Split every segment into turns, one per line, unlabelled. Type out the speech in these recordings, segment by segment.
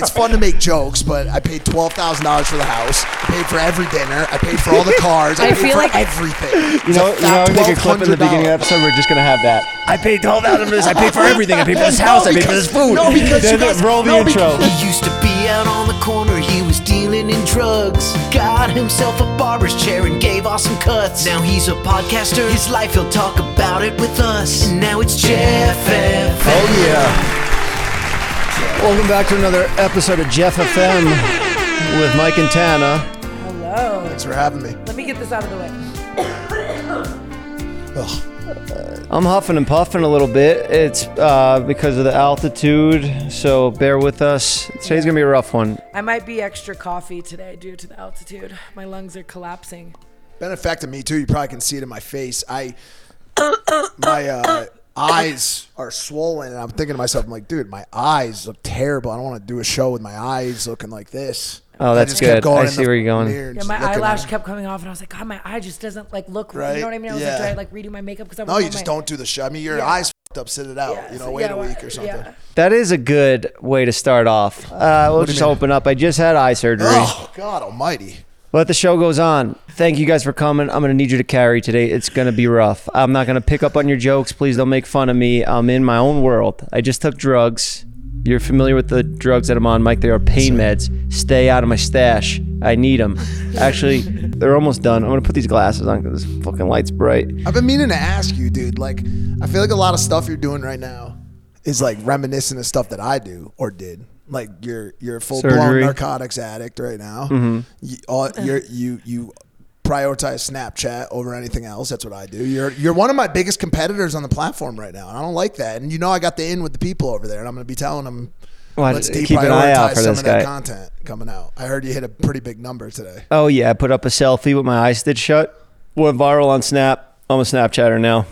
it's fun to make jokes, but I paid twelve thousand dollars for the house. I paid for every dinner. I paid for all the cars. I,
I
paid for
feel like-
everything.
You know, you know, we make a clip in the beginning of the episode. We're just gonna have that. I paid twelve thousand for this. I paid for everything. I paid for this house. I paid for this food.
no, because you
Then
guys-
roll the
no,
intro.
He used to be out on the corner, he was dealing in drugs. Got himself a barber's chair and gave off some cuts. Now he's a podcaster, his life he'll talk about it with us. And now it's Jeff F.
Oh yeah. Welcome back to another episode of Jeff FM with Mike and Tana.
Hello.
Thanks for having me.
Let me get this out of the way.
Ugh.
I'm huffing and puffing a little bit. It's uh, because of the altitude, so bear with us. Today's gonna be a rough one.
I might be extra coffee today due to the altitude. My lungs are collapsing.
been affecting me too. You probably can see it in my face. I my uh, eyes are swollen, and I'm thinking to myself, I'm like, dude, my eyes look terrible. I don't want to do a show with my eyes looking like this.
Oh,
I
that's
just kept
good.
going
I
in
see
the
where you're going.
mirror and
Yeah,
just
my
looking at
eyelash
it.
kept coming off, and I was like, God, my eye just doesn't like look. Right? You know
Right?
what I mean? I was
Yeah.
like, do I like redo my makeup? Because I
No,
was
you just don't do the show. I mean, your
Oh, Yeah.
eyes f***ed up. Sit it out. you know, wait a week or something.
That is a good way to start off. Uh, we'll just open up. I just had eye surgery.
Oh God Almighty!
But the show goes on. Thank you guys for coming. I'm going to need you to carry today. It's going to be rough. I'm not going to pick up on your jokes. Please don't make fun of me. I'm in my own world. I just took drugs. You're familiar with the drugs that I'm on, Mike. They are pain meds. Stay out of my stash. I need them. Actually, they're almost done. I'm going to put these glasses on because this fucking light's bright.
I've been meaning to ask you, dude. Like, I feel like a lot of stuff you're doing right now is like reminiscent of stuff that I do or did. Like you're you're a full blown
Surgery. Mm-hmm.
narcotics addict right now. You, all, you're, you you prioritize Snapchat over anything else. That's what I do. You're you're one of my biggest competitors on the platform right now, and I don't like that. And you know I got the in with the people over there, and I'm going to be telling them.
Well,
Let's
keep an eye
deprioritize
out for
some
this
of that
guy.
content coming out. I heard you hit a pretty big number today.
Oh yeah, I put up a selfie with my eyes stitched shut. Went viral on Snap. I'm a Snapchatter now.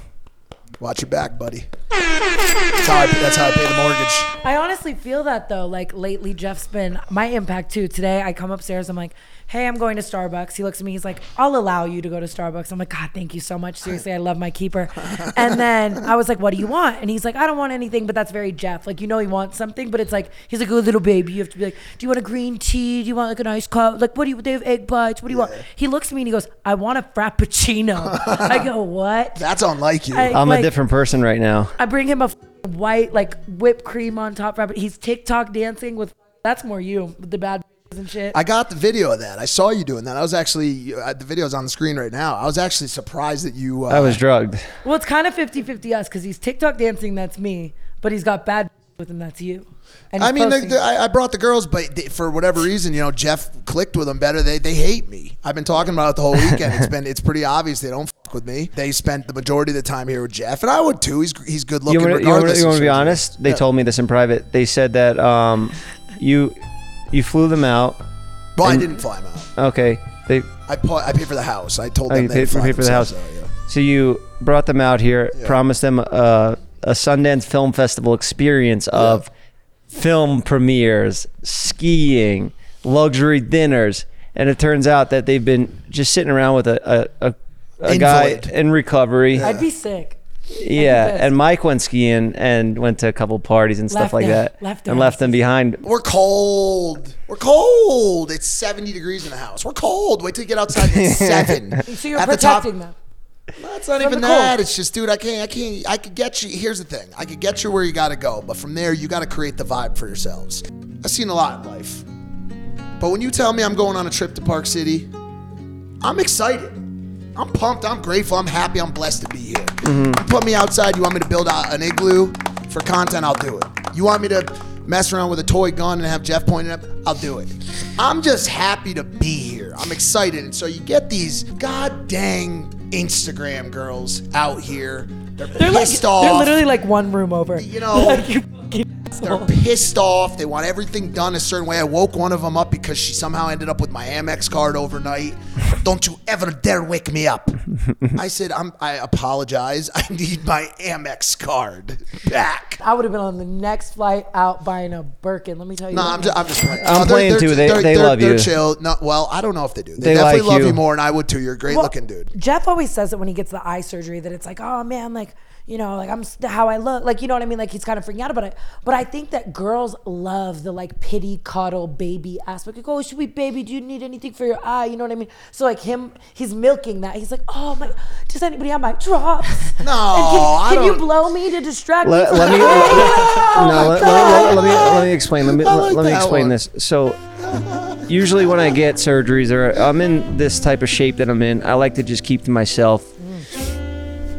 Watch your back, buddy. That's how I, that's how I pay the mortgage.
I honestly feel that though. Like lately, Jeff's been my impact too. Today, I come upstairs. I'm like, "Hey, I'm going to Starbucks." He looks at me. He's like, "I'll allow you to go to Starbucks." I'm like, "God, thank you so much. Seriously, I love my keeper." And then I was like, "What do you want?" And he's like, "I don't want anything." But that's very Jeff. Like you know, he wants something, but it's like he's like a little baby. You have to be like, "Do you want a green tea? Do you want like an iced cup? Like what do you? They have egg bites. What do you want?" He looks at me and he goes, "I want a frappuccino." I go, "What?"
That's unlike you.
I-
I'm
Like-
a different person right now.
I bring him a f- white like whipped cream on top wrapper. He's TikTok dancing with. That's more you with the bad bitches and shit.
I got the video of that. I saw you doing that. I was actually uh, the video's on the screen right now. I was actually surprised that you. Uh,
I was drugged.
well, it's kind of 50-50 us because he's TikTok dancing. That's me, but he's got bad bitches with him. That's you. And
I
he's
mean, the,
posting.
the- uh, I, I brought the girls, but they, for whatever reason, you know, Jeff clicked with them better. They they hate me. I've been talking about it the whole weekend. It's been it's pretty obvious they don't fuck with me. They spent the majority of the time here with Jeff, and I would too. He's he's good
You
looking.
want to
regardless of
be
surgery.
honest? They told me this in private. They said that um, you you flew them out.
Well, I didn't fly him out.
Okay. They
I pa- I paid for the house. I told
Oh,
them
you
they
paid for-
fly
paid for the
themselves
house.
out, yeah.
so you brought them out here, promised them a, a Sundance Film Festival experience of film premieres, skiing, luxury dinners, and it turns out that they've been just sitting around with a a, a, a guy
Invalid.
in recovery.
I'd be sick.
Yeah,
pissed.
and Mike went skiing and went to a couple parties and stuff
Left
like
them-
that,
left
and
them.
left them behind.
We're cold. We're cold. It's 70 degrees in the house. We're cold. Wait till you get outside. It's seven.
So you're
At the top-
protecting them.
That's not
From
even
the cold.
that. It's just, dude, I can't, I can't, I could get you. Here's the thing I could get you where you got to go, but from there, you got to create the vibe for yourselves. I've seen a lot in life. But when you tell me I'm going on a trip to Park City, I'm excited. I'm pumped. I'm grateful. I'm happy. I'm blessed to be here. You put me outside. You want me to build out an igloo for content? I'll do it. You want me to mess around with a toy gun and have Jeff point it up? I'll do it. I'm just happy to be here. I'm excited. And so you get these god dang Instagram girls out here. They're,
They're like
pissed off.
they're literally like one room over.
You know-
like you fucking asshole.
They're pissed off. They want everything done a certain way. I woke one of them up because she somehow ended up with my Amex card overnight. Don't you ever dare wake me up. I said, I'm, I apologize. I need my Amex card back.
I would have been on the next flight out buying a Birkin. Let me tell you.
No,
that
I'm
much.
just, I'm just playing.
I'm
No,
playing too. They- they
they're,
love
they're
you.
chill. No, well, I don't know if they do. They,
They
definitely
like
love you.
you.
more, and I would too. You're a great
Well,
looking dude.
Jeff always says that when he gets the eye surgery that it's like, oh man, like you know, like I'm s- how I look, like you know what I mean. Like he's kind of freaking out about it. But I I think that girls love the like pity cuddle baby aspect. Like, oh, sweet baby, do you need anything for your eye? You know what I mean? So like him, he's milking that. He's like, oh my, does anybody have my drops?
No,
And
I
can, can you
don't-
blow me to distract me?
Let,
from
let me no, let, let, let- let me
Oh
let me explain. Let me
I
let,
like
let me
that
explain
one.
this. So usually when I get surgeries or I'm in this type of shape that I'm in, I like to just keep to myself.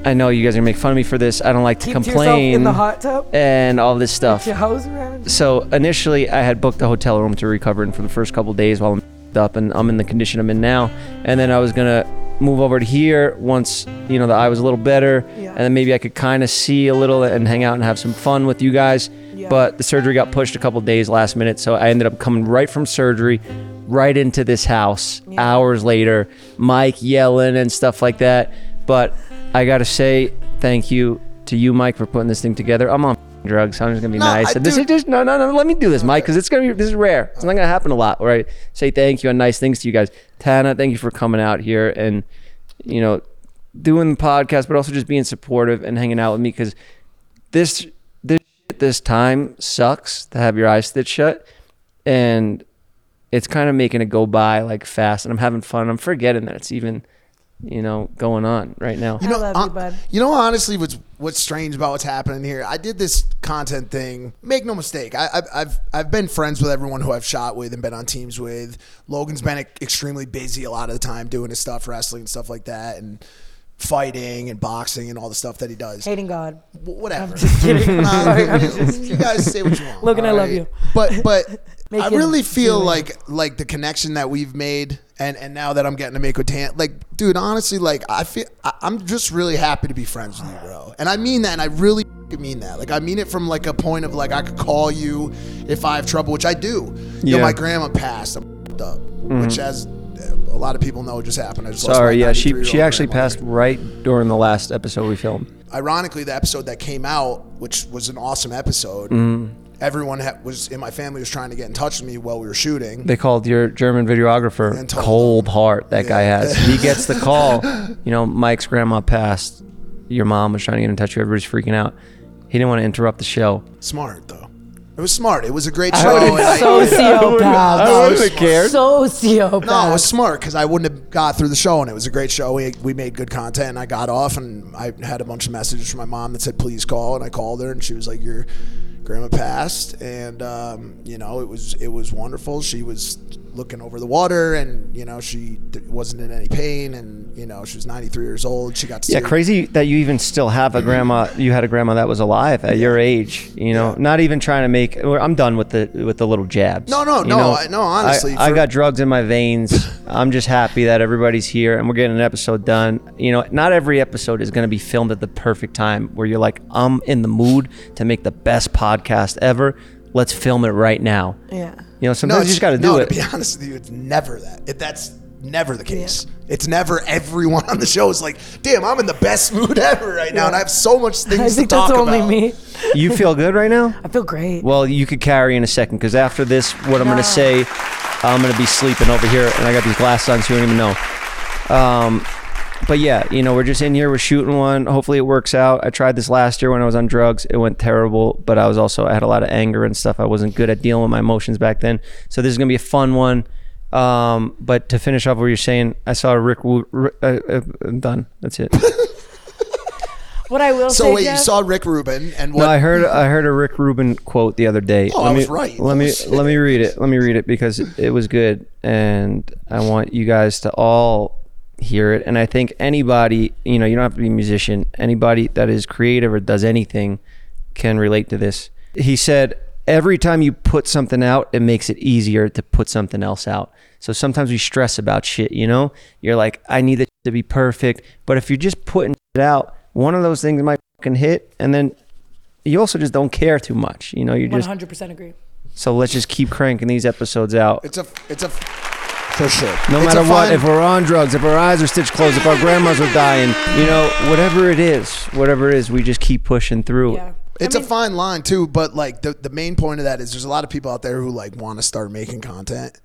I know you guys are gonna make fun of me for this. I don't like to
Mm. Keep to yourself
complain
in the hot tub.
and all this stuff.
Your hose around.
So initially, I had booked a hotel room to recover in for the first couple days while I'm up and I'm in the condition I'm in now. And then I was gonna move over to here once you know the eye was a little better,
Yeah.
and then maybe I could kind of see a little and hang out and have some fun with you guys.
Yeah.
But the surgery got pushed a couple days last minute, so I ended up coming right from surgery right into this house hours later. Mike yelling and stuff like that. But I gotta say thank you to you, Mike, for putting this thing together. I'm on drugs. so I'm just gonna be
No,
nice.
I-
this
dude-
is just no, no, no. Let me do this, Mike, because it's gonna be this is rare. It's not gonna happen a lot. Where I say thank you and nice things to you guys. Tana, thank you for coming out here and you know doing the podcast, but also just being supportive and hanging out with me because this this shit this time sucks to have your eyes stitched shut and it's kind of making it go by like fast and i'm having fun i'm forgetting that it's even you know going on right now
I love you,
hon-
bud.
You know, honestly, what's what's strange about what's happening here? I did this content thing. Make no mistake, I, I've I've I've been friends with everyone who I've shot with and been on teams with. Logan's been extremely busy a lot of the time doing his stuff, wrestling and stuff like that, and fighting and boxing and all the stuff that he does.
Hating God.
Wh- whatever.
kidding. I'm
Nah,
sorry. I'm
you-
just
you guys say what you want.
Logan, I
all
love you.
But but
Make
I
it-
really feel
really.
like like the connection that we've made, and and now that I'm getting to make with Tan, like dude, honestly, like I feel I, I'm just really happy to be friends with you, bro. And I mean that, and I really f***ing mean that. Like I mean it from like a point of like I could call you if I have trouble, which I do. You know,
Yeah. Mm-hmm.
my grandma passed. I'm f***ed up, which as uh, a lot of people know just happened. I just lost
sorry
my
yeah she
93-year-old
she actually
grandmother
passed right during the last episode we filmed
ironically, the episode that came out, which was an awesome episode, everyone ha- was in my family was trying to get in touch with me while we were shooting.
they called your german videographer
And told
cold heart that guy has he gets the call you know mike's grandma passed your mom was trying to get in touch with you everybody's freaking out he didn't want to interrupt the show
smart though, it was smart. It was a great show. and I-
Sociopath.
wouldn't have
cared
Sociopath.
no, it was smart because I wouldn't have got through the show, and it was a great show. We, we made good content. And I got off, and I had a bunch of messages from my mom that said, "Please call." And I called her, and she was like, "Your grandma passed," and um, you know, it was it was wonderful. She was looking over the water, and you know, she th- wasn't in any pain, and you know, she was 93 years old. She got to
Yeah,
see-
crazy that you even still have a grandma. You had a grandma that was alive at your age. You know,
Yeah.
not even trying to make. or I'm done with the with the little jabs.
No, no,
you
no, I- no, honestly,
I, I
for-
got drugs in my veins. I'm just happy that everybody's here and we're getting an episode done. You know, not every episode is going to be filmed at the perfect time where you're like, I'm in the mood to make the best podcast ever. Let's film it right now.
Yeah.
You know, sometimes you just got to do
no,
it.
To be honest with you, it's never that. It, that's never the case. It's never everyone on the show is like, "Damn, I'm in the best mood ever right now, and I have so much things
I
to
think
talk
that's only
about."
me.
you feel good right now?
I feel great.
Well, you could carry in a second because after this, what I'm going
No.
to say, I'm going to be sleeping over here, and I got these glasses on, so you don't even know. Um, but yeah, you know, we're just in here, we're shooting one. Hopefully, it works out. I tried this last year when I was on drugs. It went terrible, but I was also I had a lot of anger and stuff. I wasn't good at dealing with my emotions back then. So this is going to be a fun one. Um, but to finish off what you're saying, I saw Rick. Wu- Ri- uh, uh, I'm done. That's it.
What I will
So
say,
wait,
Jeff-
you saw Rick Rubin, and what?
No, I heard I heard a Rick Rubin quote the other day.
Oh,
let
I
me,
was right.
Let me let me read it. Let me read it because it, it was good, and I want you guys to all hear it. And I think anybody, you know, you don't have to be a musician. Anybody that is creative or does anything can relate to this. He said, "Every time you put something out, it makes it easier to put something else out." So sometimes we stress about shit. You know, you're like, "I need it to be perfect," but if you're just putting it out, one of those things might fucking hit, and then you also just don't care too much. You know, you just
100% agree.
so let's just keep cranking these episodes out.
it's a, it's a, for sure.
No
It's
matter
a
what,
fun-
if we're on drugs, if our eyes are stitched closed, if our grandmas are dying, you know, whatever it is, whatever it is, we just keep pushing through.
Yeah.
it's a fine line too, but like the the main point of that is there's a lot of people out there who like want to start making content,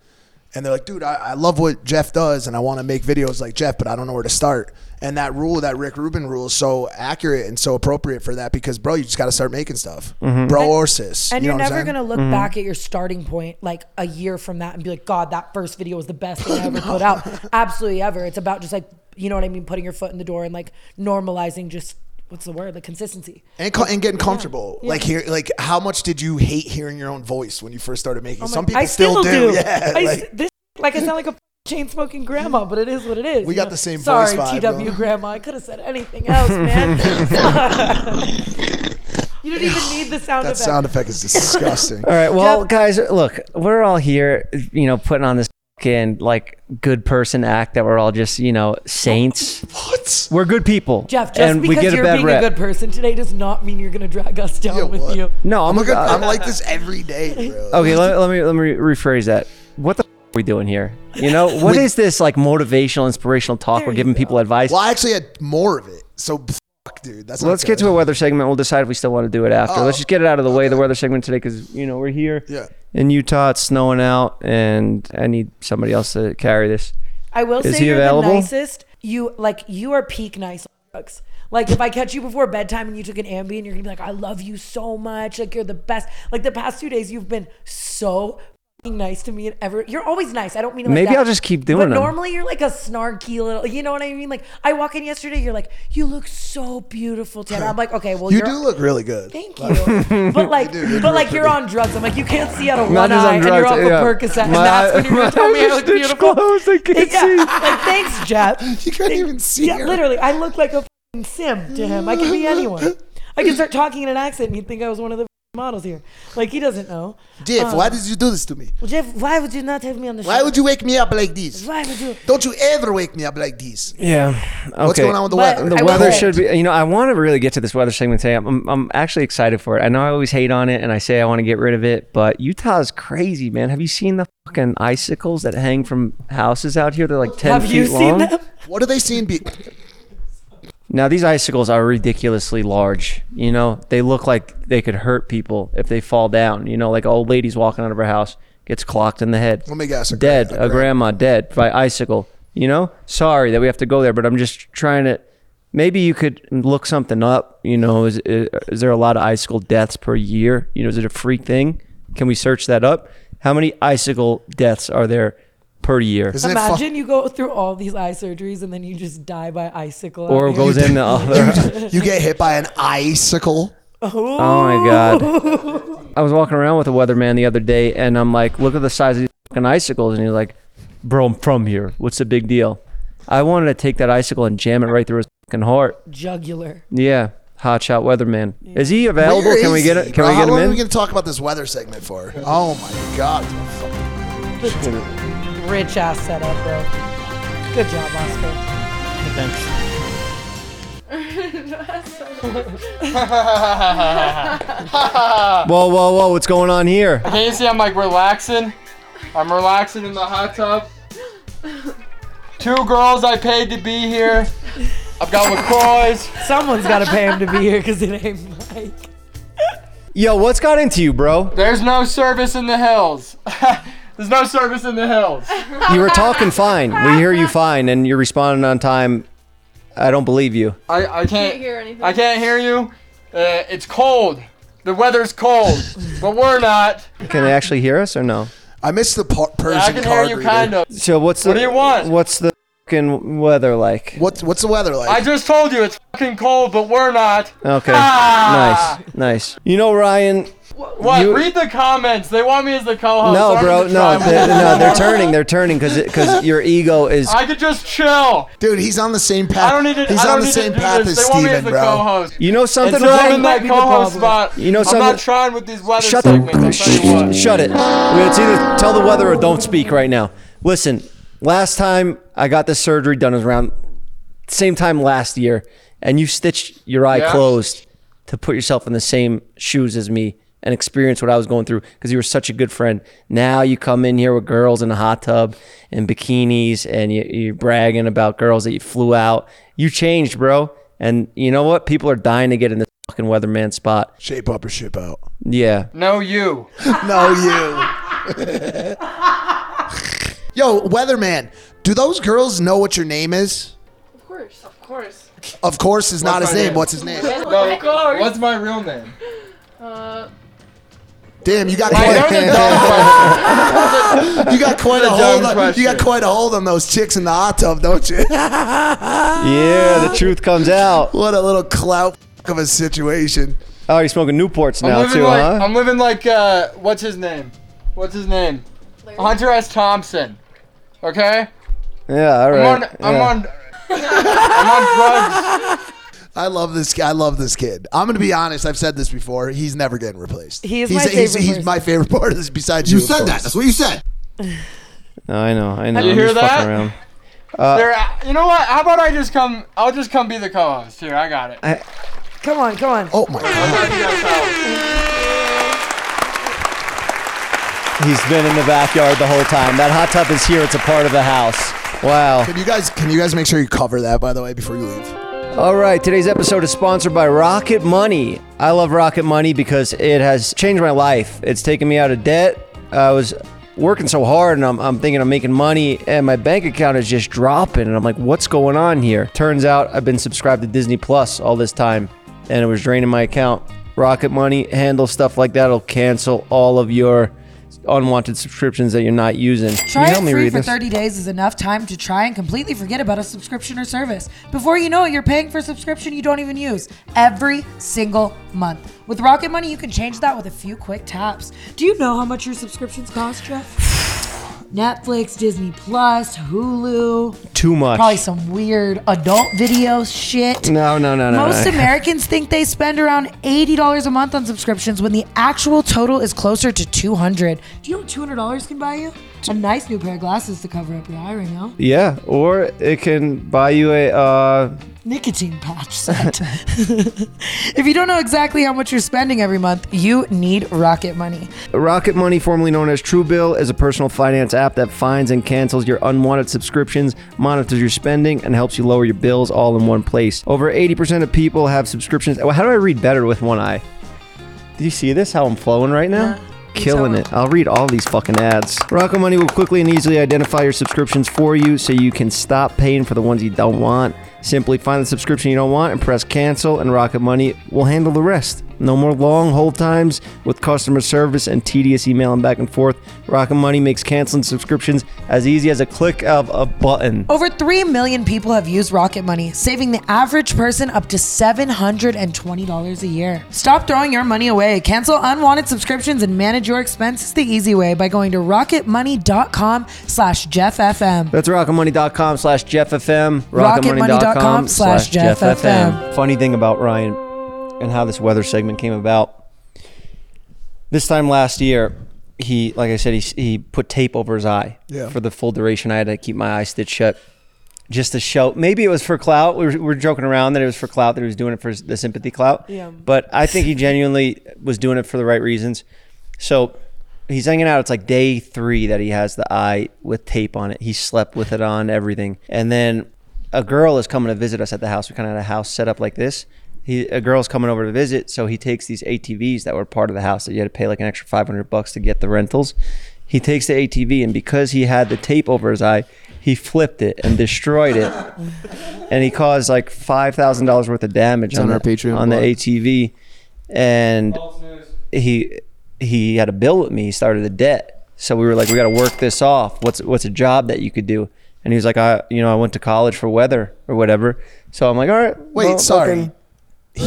and they're like, dude, I, I love what Jeff does, and I want to make videos like Jeff, but I don't know where to start. And that rule, that Rick Rubin rule, is so accurate and so appropriate for that because, bro, you just got to start making stuff, bro or sis.
Mm-hmm. And
you know what
you are
I'm
never
saying?
gonna look back at your starting point like a year from that and be like, God, that first video was the best thing I ever put out. Absolutely ever. It's about just like you know what I mean, putting your foot in the door and like normalizing just what's the word? Like consistency.
and, co- and getting comfortable. Like here, like how much did you hate hearing your own voice when you first started making?
I'm
Some
like,
people
Oh
still,
I
do. Yeah,
I
like,
s- this like I sound like a chain smoking grandma, but it is what it is.
We
you
got
know?
the same voice
Sorry,
vibe,
TW
though.
grandma. I could have said anything else, man. you don't even need the sound
that
effect.
sound effect is disgusting.
All right, well,
Jeff-
guys, look, we're all here, you know, putting on this fucking like good person act that we're all just, you know, saints.
what?
We're good people,
Jeff, just
and
because
we get
you're
a bad
being
rep.
a good person today does not mean you're gonna drag us down
Yeah,
with
what?
you.
no, I'm,
I'm,
a
a good,
good.
I'm like this every day, bro.
okay, let, let me let me re- rephrase that. What the f- are we doing here? You know, what is this like motivational, inspirational talk?
There
we're
you
giving people advice.
Well, I actually had more of it. So, fuck, dude. That's not
Let's get
good.
to a weather segment. We'll decide if we still want to do it after. Let's
Oh,
just get it out of the way. The weather segment today, because you know we're here
Yeah.
in Utah. It's snowing out, and I need somebody else to carry this.
I will
Is
say
he
you're
available?
the nicest. You like you are peak nice. Bugs. Like if I catch you before bedtime and you took an Ambien, you're gonna be like, I love you so much. Like you're the best. Like the past two days, you've been so f***ing nice to me and ever. You're always nice. I don't mean it like
Maybe
that.
I'll just keep doing
But
them.
normally you're like a snarky little. You know what I mean? Like I walk in yesterday, you're like, you look so beautiful, Ted. I'm like, okay, well
You
you're-
do look really good.
Thank you. But like, but like, you're on drugs. I'm like, you can't see out of one
Not just on
eye, and
drugs,
you're off
yeah.
a Percocet, and
My
that's
eye-
when you're
my
gonna tell me
eyes
I look
are
beautiful.
closed, I can't
yeah.
see.
Like, thanks, Jeff.
You can't even see
Yeah,
her.
literally, I look like a f***ing sim to him. I can be anyone. I can start talking in an accent, and you'd think I was one of the f***ing models here. Like he doesn't know.
Jeff, why did you do this to me?
Well, Jeff, why would you not have me on the show?
Why would you wake me up like this?
Why would you?
Don't you ever wake me up like this.
Yeah. Okay.
What's going on with the
But
weather?
the
I will
weather
say-
should be you know i want to really get to this weather segment today I'm, I'm, I'm actually excited for it i know i always hate on it and i say i want to get rid of it but utah's crazy man have you seen the fucking icicles that hang from houses out here they're like 10
Have
feet
you seen
long
them?
What are they seeing? Be-
now these icicles are ridiculously large you know they look like they could hurt people if they fall down you know like old ladies walking out of her house gets clocked in the head
Let me guess. a
dead
grand-
a grandma dead by icicle you know sorry that we have to go there but i'm just trying to maybe you could look something up you know is, is, is there a lot of icicle deaths per year you know is it a freak thing can we search that up how many icicle deaths are there per year
Isn't it fu-
Imagine you go through all these eye surgeries and then you just die by icicle.
or
out here.
goes in uh, the other
you get hit by an icicle.
oh my god i was walking around with a weatherman the other day and i'm like look at the size of these fucking icicles and he's like bro i'm from here what's the big deal i wanted to take that icicle and jam it right through his fucking heart
jugular.
Yeah, hotshot weatherman. Is he available?
Where
can we
is
get
he,
it? Can
bro?
we
How
get
long are
him
we
in?
going to talk about this weather segment for? Oh my god.
Rich ass setup, bro. Good job, Oscar.
Thanks.
Whoa, whoa, whoa! What's going on here?
Can you see I'm like relaxing? I'm relaxing in the hot tub. Two girls I paid to be here. I've got LaCroix.
Someone's got to pay him to be here because it ain't Mike.
Yo, what's got into you, bro?
There's no service in the hills. There's no service in the hills.
You were talking fine. We hear you fine, and you're responding on time. I don't believe you.
I, I
can't hear anything.
I can't hear you. Uh, it's cold. The weather's cold, but we're not.
Can they actually hear us or no?
I missed the par- Persian
I can hear
card
you
reader.
kind of.
So what's the
What do you want?
What's the fucking weather like?
What's what's the weather like?
I just told you it's fucking cold, but we're not.
Okay,
Ah!
nice, nice. You know, Ryan.
What?
You-
Read the comments. They want me as the co-host.
No,
Oh, I'm
bro,
the
no,
driver.
they're, no. They're turning. They're turning because because your ego is.
I could just chill.
Dude, he's on the same path.
I don't need to.
he's
I don't
on the
need
same
to do
path
this.
as
They want me
Steven,
as the
bro.
co-host.
You know something,
It's
Ryan?
in that
be the
co-host
problem.
spot.
You know
I'm
something-
not trying with these weather
Shut the
segments. I'll tell you what.
shut it. Well, It's either tell the weather or don't speak right now. Listen, last time I got this surgery done was around same time last year, and you stitched your eye
Yeah.
closed to put yourself in the same shoes as me and experience what I was going through because you were such a good friend. Now you come in here with girls in a hot tub and bikinis, and you, you're bragging about girls that you flew out. You changed, bro. And you know what? People are dying to get in this fucking weatherman spot.
Shape up or ship out.
Yeah.
No, you.
No, you. Yo, weatherman, do those girls know what your name is?
Of course. Of course.
Of course, is not
What's
his
my
name.
name?
What's his name?
No, what's my real name?
Uh,
Damn, you got
I know the
quite
dumb question.
a, you got quite a
dumb
hold. On, you
question.
got quite a hold on those chicks in the hot tub, don't you?
Yeah, the truth comes out.
what a little clout of a situation.
Oh, you're smoking Newports
I'm
now
living
too,
like
huh?
I'm living like uh, what's his name? What's his name? Hunter S. Thompson. Okay.
yeah, all
I'm
right.
on. I'm
yeah.
on. I'm on drugs.
I love this guy. I love this kid. I'm gonna be honest. I've said this before. He's never getting replaced.
He is
he's,
my
he's,
favorite
he's
person.
my favorite part of this. Besides you,
You
of
said that.
course.
That's what you said.
No, I know. I know.
You
I'm
hear
just
that?
fucking around. Uh,
There, you know what? How about I just come? I'll just come be the co-host. Here, I got it.
Come on, come on.
Oh my god.
He's been in the backyard the whole time. That hot tub is here. It's a part of the house. Wow.
Can you guys? Can you guys make sure you cover that by the way before you leave?
All right, today's episode is sponsored by Rocket Money. I love Rocket Money because it has changed my life. It's taken me out of debt. I was working so hard and I'm, I'm thinking I'm making money, and my bank account is just dropping. And I'm like, what's going on here? Turns out I've been subscribed to Disney Plus all this time, and it was draining my account. Rocket Money handles stuff like that. It'll cancel all of your unwanted subscriptions that you're not using. Can you
Try
help
it
me
free
read
for
this?
30 days is enough time to try and completely forget about a subscription or service. Before you know it, you're paying for a subscription you don't even use every single month. With Rocket Money, you can change that with a few quick taps. Do you know how much your subscriptions cost, Jeff? Netflix, Disney Plus, Hulu,
Too much.
probably some weird adult video shit.
No, no, no, no.
Most
no.
Americans think they spend around $80 a month on subscriptions when the actual total is closer to 200. Do you know what $200 can buy you? A nice new pair of glasses to cover up your eye right now.
Yeah, or it can buy you a. Uh,
Nicotine patch set. if you don't know exactly how much you're spending every month, you need Rocket Money.
Rocket Money, formerly known as Truebill, is a personal finance app that finds and cancels your unwanted subscriptions, monitors your spending, and helps you lower your bills all in one place. Over 80% of people have subscriptions. Well, how do I read better with one eye? Do you see this? How I'm flowing right now? Killing
tell
it. I'll read all these fucking ads. Rocket Money will quickly and easily identify your subscriptions for you so you can stop paying for the ones you don't want. Simply find the subscription you don't want and press cancel, and Rocket Money will handle the rest. No more long hold times with customer service and tedious emailing back and forth. Rocket Money makes canceling subscriptions as easy as a click of a button.
Over 3 million people have used Rocket Money, saving the average person up to $720 a year. Stop throwing your money away. Cancel unwanted subscriptions and manage your expenses the easy way by going to rocketmoney.com slash jefffm.
That's rocketmoney.com slash jefffm.
rocketmoney.com slash jefffm.
Funny thing about Ryan and how this weather segment came about. This time last year, he, like I said, he, he put tape over his eye
Yeah.
for the full duration. I had to keep my eye stitched shut just to show. Maybe it was for clout. We were, we were joking around that it was for clout, that he was doing it for s- the sympathy clout.
Yeah.
But I think he genuinely was doing it for the right reasons. So he's hanging out. It's like day three that he has the eye with tape on it. He slept with it on, everything. And then a girl is coming to visit us at the house. We kind of had a house set up like this. He, a girl's coming over to visit, so he takes these ATVs that were part of the house that you had to pay like an extra 500 bucks to get the rentals. He takes the ATV, and because he had the tape over his eye, he flipped it and destroyed it and he caused like five thousand dollars worth of damage on,
on our
the,
Patreon
on the
blog.
ATV, and he he had a bill with me. He started a debt, so we were like, we got to work this off. What's what's a job that you could do? And he was like, I you know I went to college for weather or whatever. So I'm like, all right,
Wait,
well,
sorry.
fucking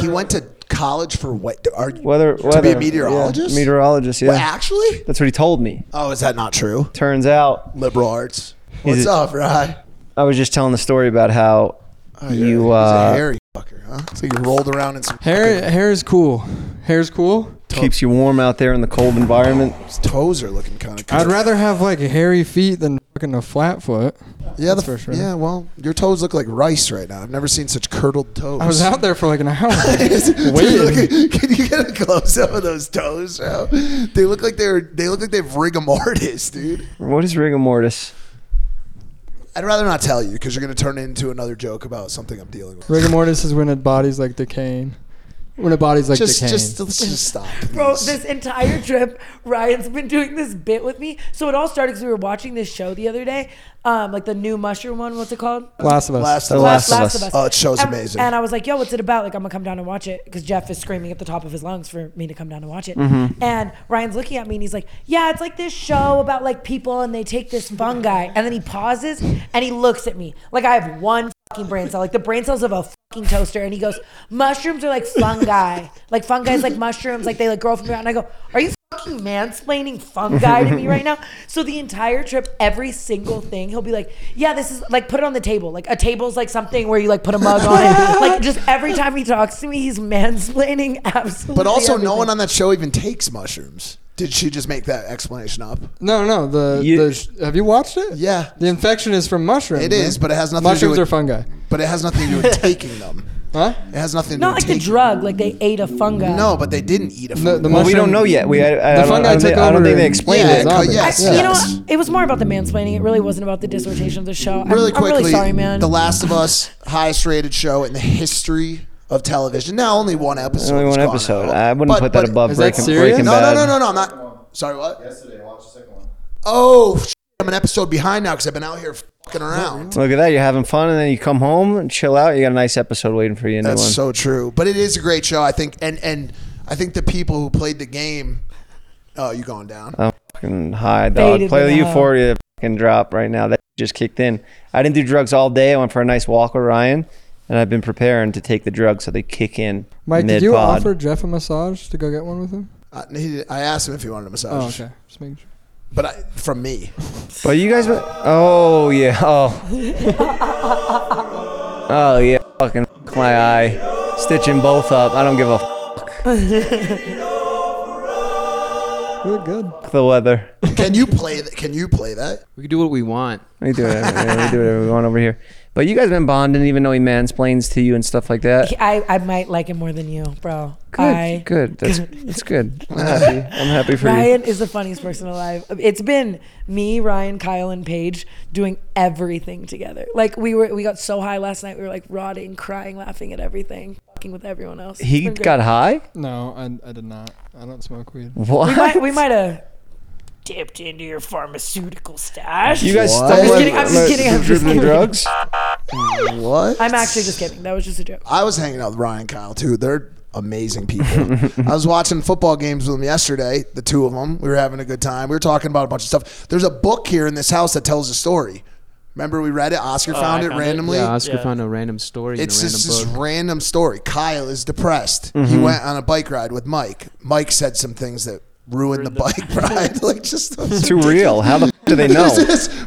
He went to college for what? Are you,
weather, weather
be a
yeah,
meteorologist?
meteorologist, yeah.
Wait, actually?
That's what he told me.
Oh, is that not true?
Turns out
Liberal arts. What's
it-
up, Rye? Oh,
I was just telling the story about how you
He's a
uh,
hairy fucker, huh? So you rolled around in some
Hair, hair is cool. Hair's cool.
keeps you warm out there in the cold environment.
His toes are looking kind of.
I'd rather have like hairy feet than fucking a flat foot.
Yeah, the,
That's for sure.
yeah. Well, your toes look like rice right now. I've never seen such curdled toes.
I was out there for like an hour.
Dude,
waiting.
look- can you get a close up of those toes, bro? They look like they're they look like they've rigor mortis, dude.
What is rigor mortis?
I'd rather not tell you because you're gonna turn it into another joke about something I'm dealing with.
Rigor mortis is when a body's like decaying.
when a body's like
Just,
decaying.
just, let's just stop.
Bro,
please.
this entire trip, Ryan's been doing this bit with me. So it all started because we were watching this show the other day, um, like the new mushroom one. What's it called?
Last of Us.
Last
The
of
Last
us.
of Us.
Oh, it show's
and,
amazing.
And I was like, "Yo, what's it about?" Like, I'm gonna come down and watch it because Jeff is screaming at the top of his lungs for me to come down and watch it.
Mm-hmm.
And Ryan's looking at me and he's like, "Yeah, it's like this show about like people and they take this fungi." And then he pauses and he looks at me like I have one fucking brain cell, like the brain cells of a fucking toaster. And he goes, "Mushrooms are like fungi, like fungi is like mushrooms, like they like grow from the ground." And I go, "Are you?" fucking mansplaining fungi to me right now. So the entire trip, every single thing, he'll be like, "Yeah, this is like put it on the table. Like a table's like something where you like put a mug on it. Like just every time he talks to me, he's mansplaining absolutely."
but also, no
everything.
one on that show even takes mushrooms. Did she just make that explanation up?
Mm-hmm.
No, no. The,
You-
the sh- have you watched it?
Yeah.
The infection is from mushrooms.
It
man.
is, but it has nothing to do
mushrooms
with-
are fungi.
But it has nothing to do with taking them.
Huh?
It has nothing to do
Not
with
like the
taking
drug, like they ate a fungi.
No, but they didn't eat a
The,
fungi.
the
Well, we don't
mushroom-
know yet. We I, I,
The
don't, I
fungi
don't,
took
think, I don't
over
think they
and-
explained
Yeah,
it.
co-
zombies.
yes,
I,
Yeah.
you know,
yes.
it was more about the mansplaining. It really wasn't about the dissertation of the show. I'm-
really
I'm,
quickly,
really sorry, man.
The Last of Us, highest rated show in the history of television. Now only one episode.
Only
has
one
gone
episode.
out.
I wouldn't
But-
put that
but-
above
Is that
Breaking,
serious?
breaking
No,
Bad.
no, no, no, no. I'm not. Sorry, what?
Yesterday, I watched the second one.
Oh, shit, I'm an episode behind now because I've been out here fucking around.
Look at that. You're having fun, and then you come home and chill out. You got a nice episode waiting for you. a New
That's
one.
so true. But it is a great show, I think. And and I think the people who played the game. Oh, you going down?
fucking high, dog.
Faded
Play the
to hell.
Euphoria fucking drop right now. That just kicked in. I didn't do drugs all day. I went for a nice walk with Ryan, and I've been preparing to take the drugs so they kick in.
Mike,
mid
did you offer Jeff a massage to go get one with him?
I, he, I asked him if he wanted a
Oh,
massage,
okay. Just making sure.
but I, from me.
But you guys, were- oh yeah, oh, oh yeah, fucking fuck my eye, stitching both up. I don't give a fuck
Really good.
the weather.
Can you play that? Can you play that?
We can do what we want.
We do whatever, yeah, we do whatever we want over here. But you guys been bonding, even though he mansplains to you and stuff like that.
I, I might like it more than you, bro.
Good,
I,
good. That's that's good. I'm happy. I'm happy for you.
Ryan is the funniest person alive. It's been me, Ryan, Kyle, and Paige doing everything together. Like we were, we got so high last night. We were like rotting, crying, laughing at everything, fucking with everyone else. It's
He
been great.
got high.
No, I, I did not. I don't smoke weed.
What?
We might, we might have dipped into your pharmaceutical stash.
You guys
What?
stumbled.
I'm just
kidding, I'm just kidding, I'm just
dribbling
kidding.
drugs.
What?
I'm actually just kidding. That was just a joke.
I was hanging out with Ryan Kyle too. They're amazing people. I was watching football games with them yesterday, the two of them. We were having a good time. We were talking about a bunch of stuff. There's a book here in this house that tells a story. Remember we read it? Oscar found it randomly.
Yeah, Oscar found a random story
It's
in a
just this
random book.
random story. Kyle is depressed. He
Mm-hmm.
went on a bike ride with Mike. Mike said some things that ruined the bike ride. like just
It's too real. How the f- do they know?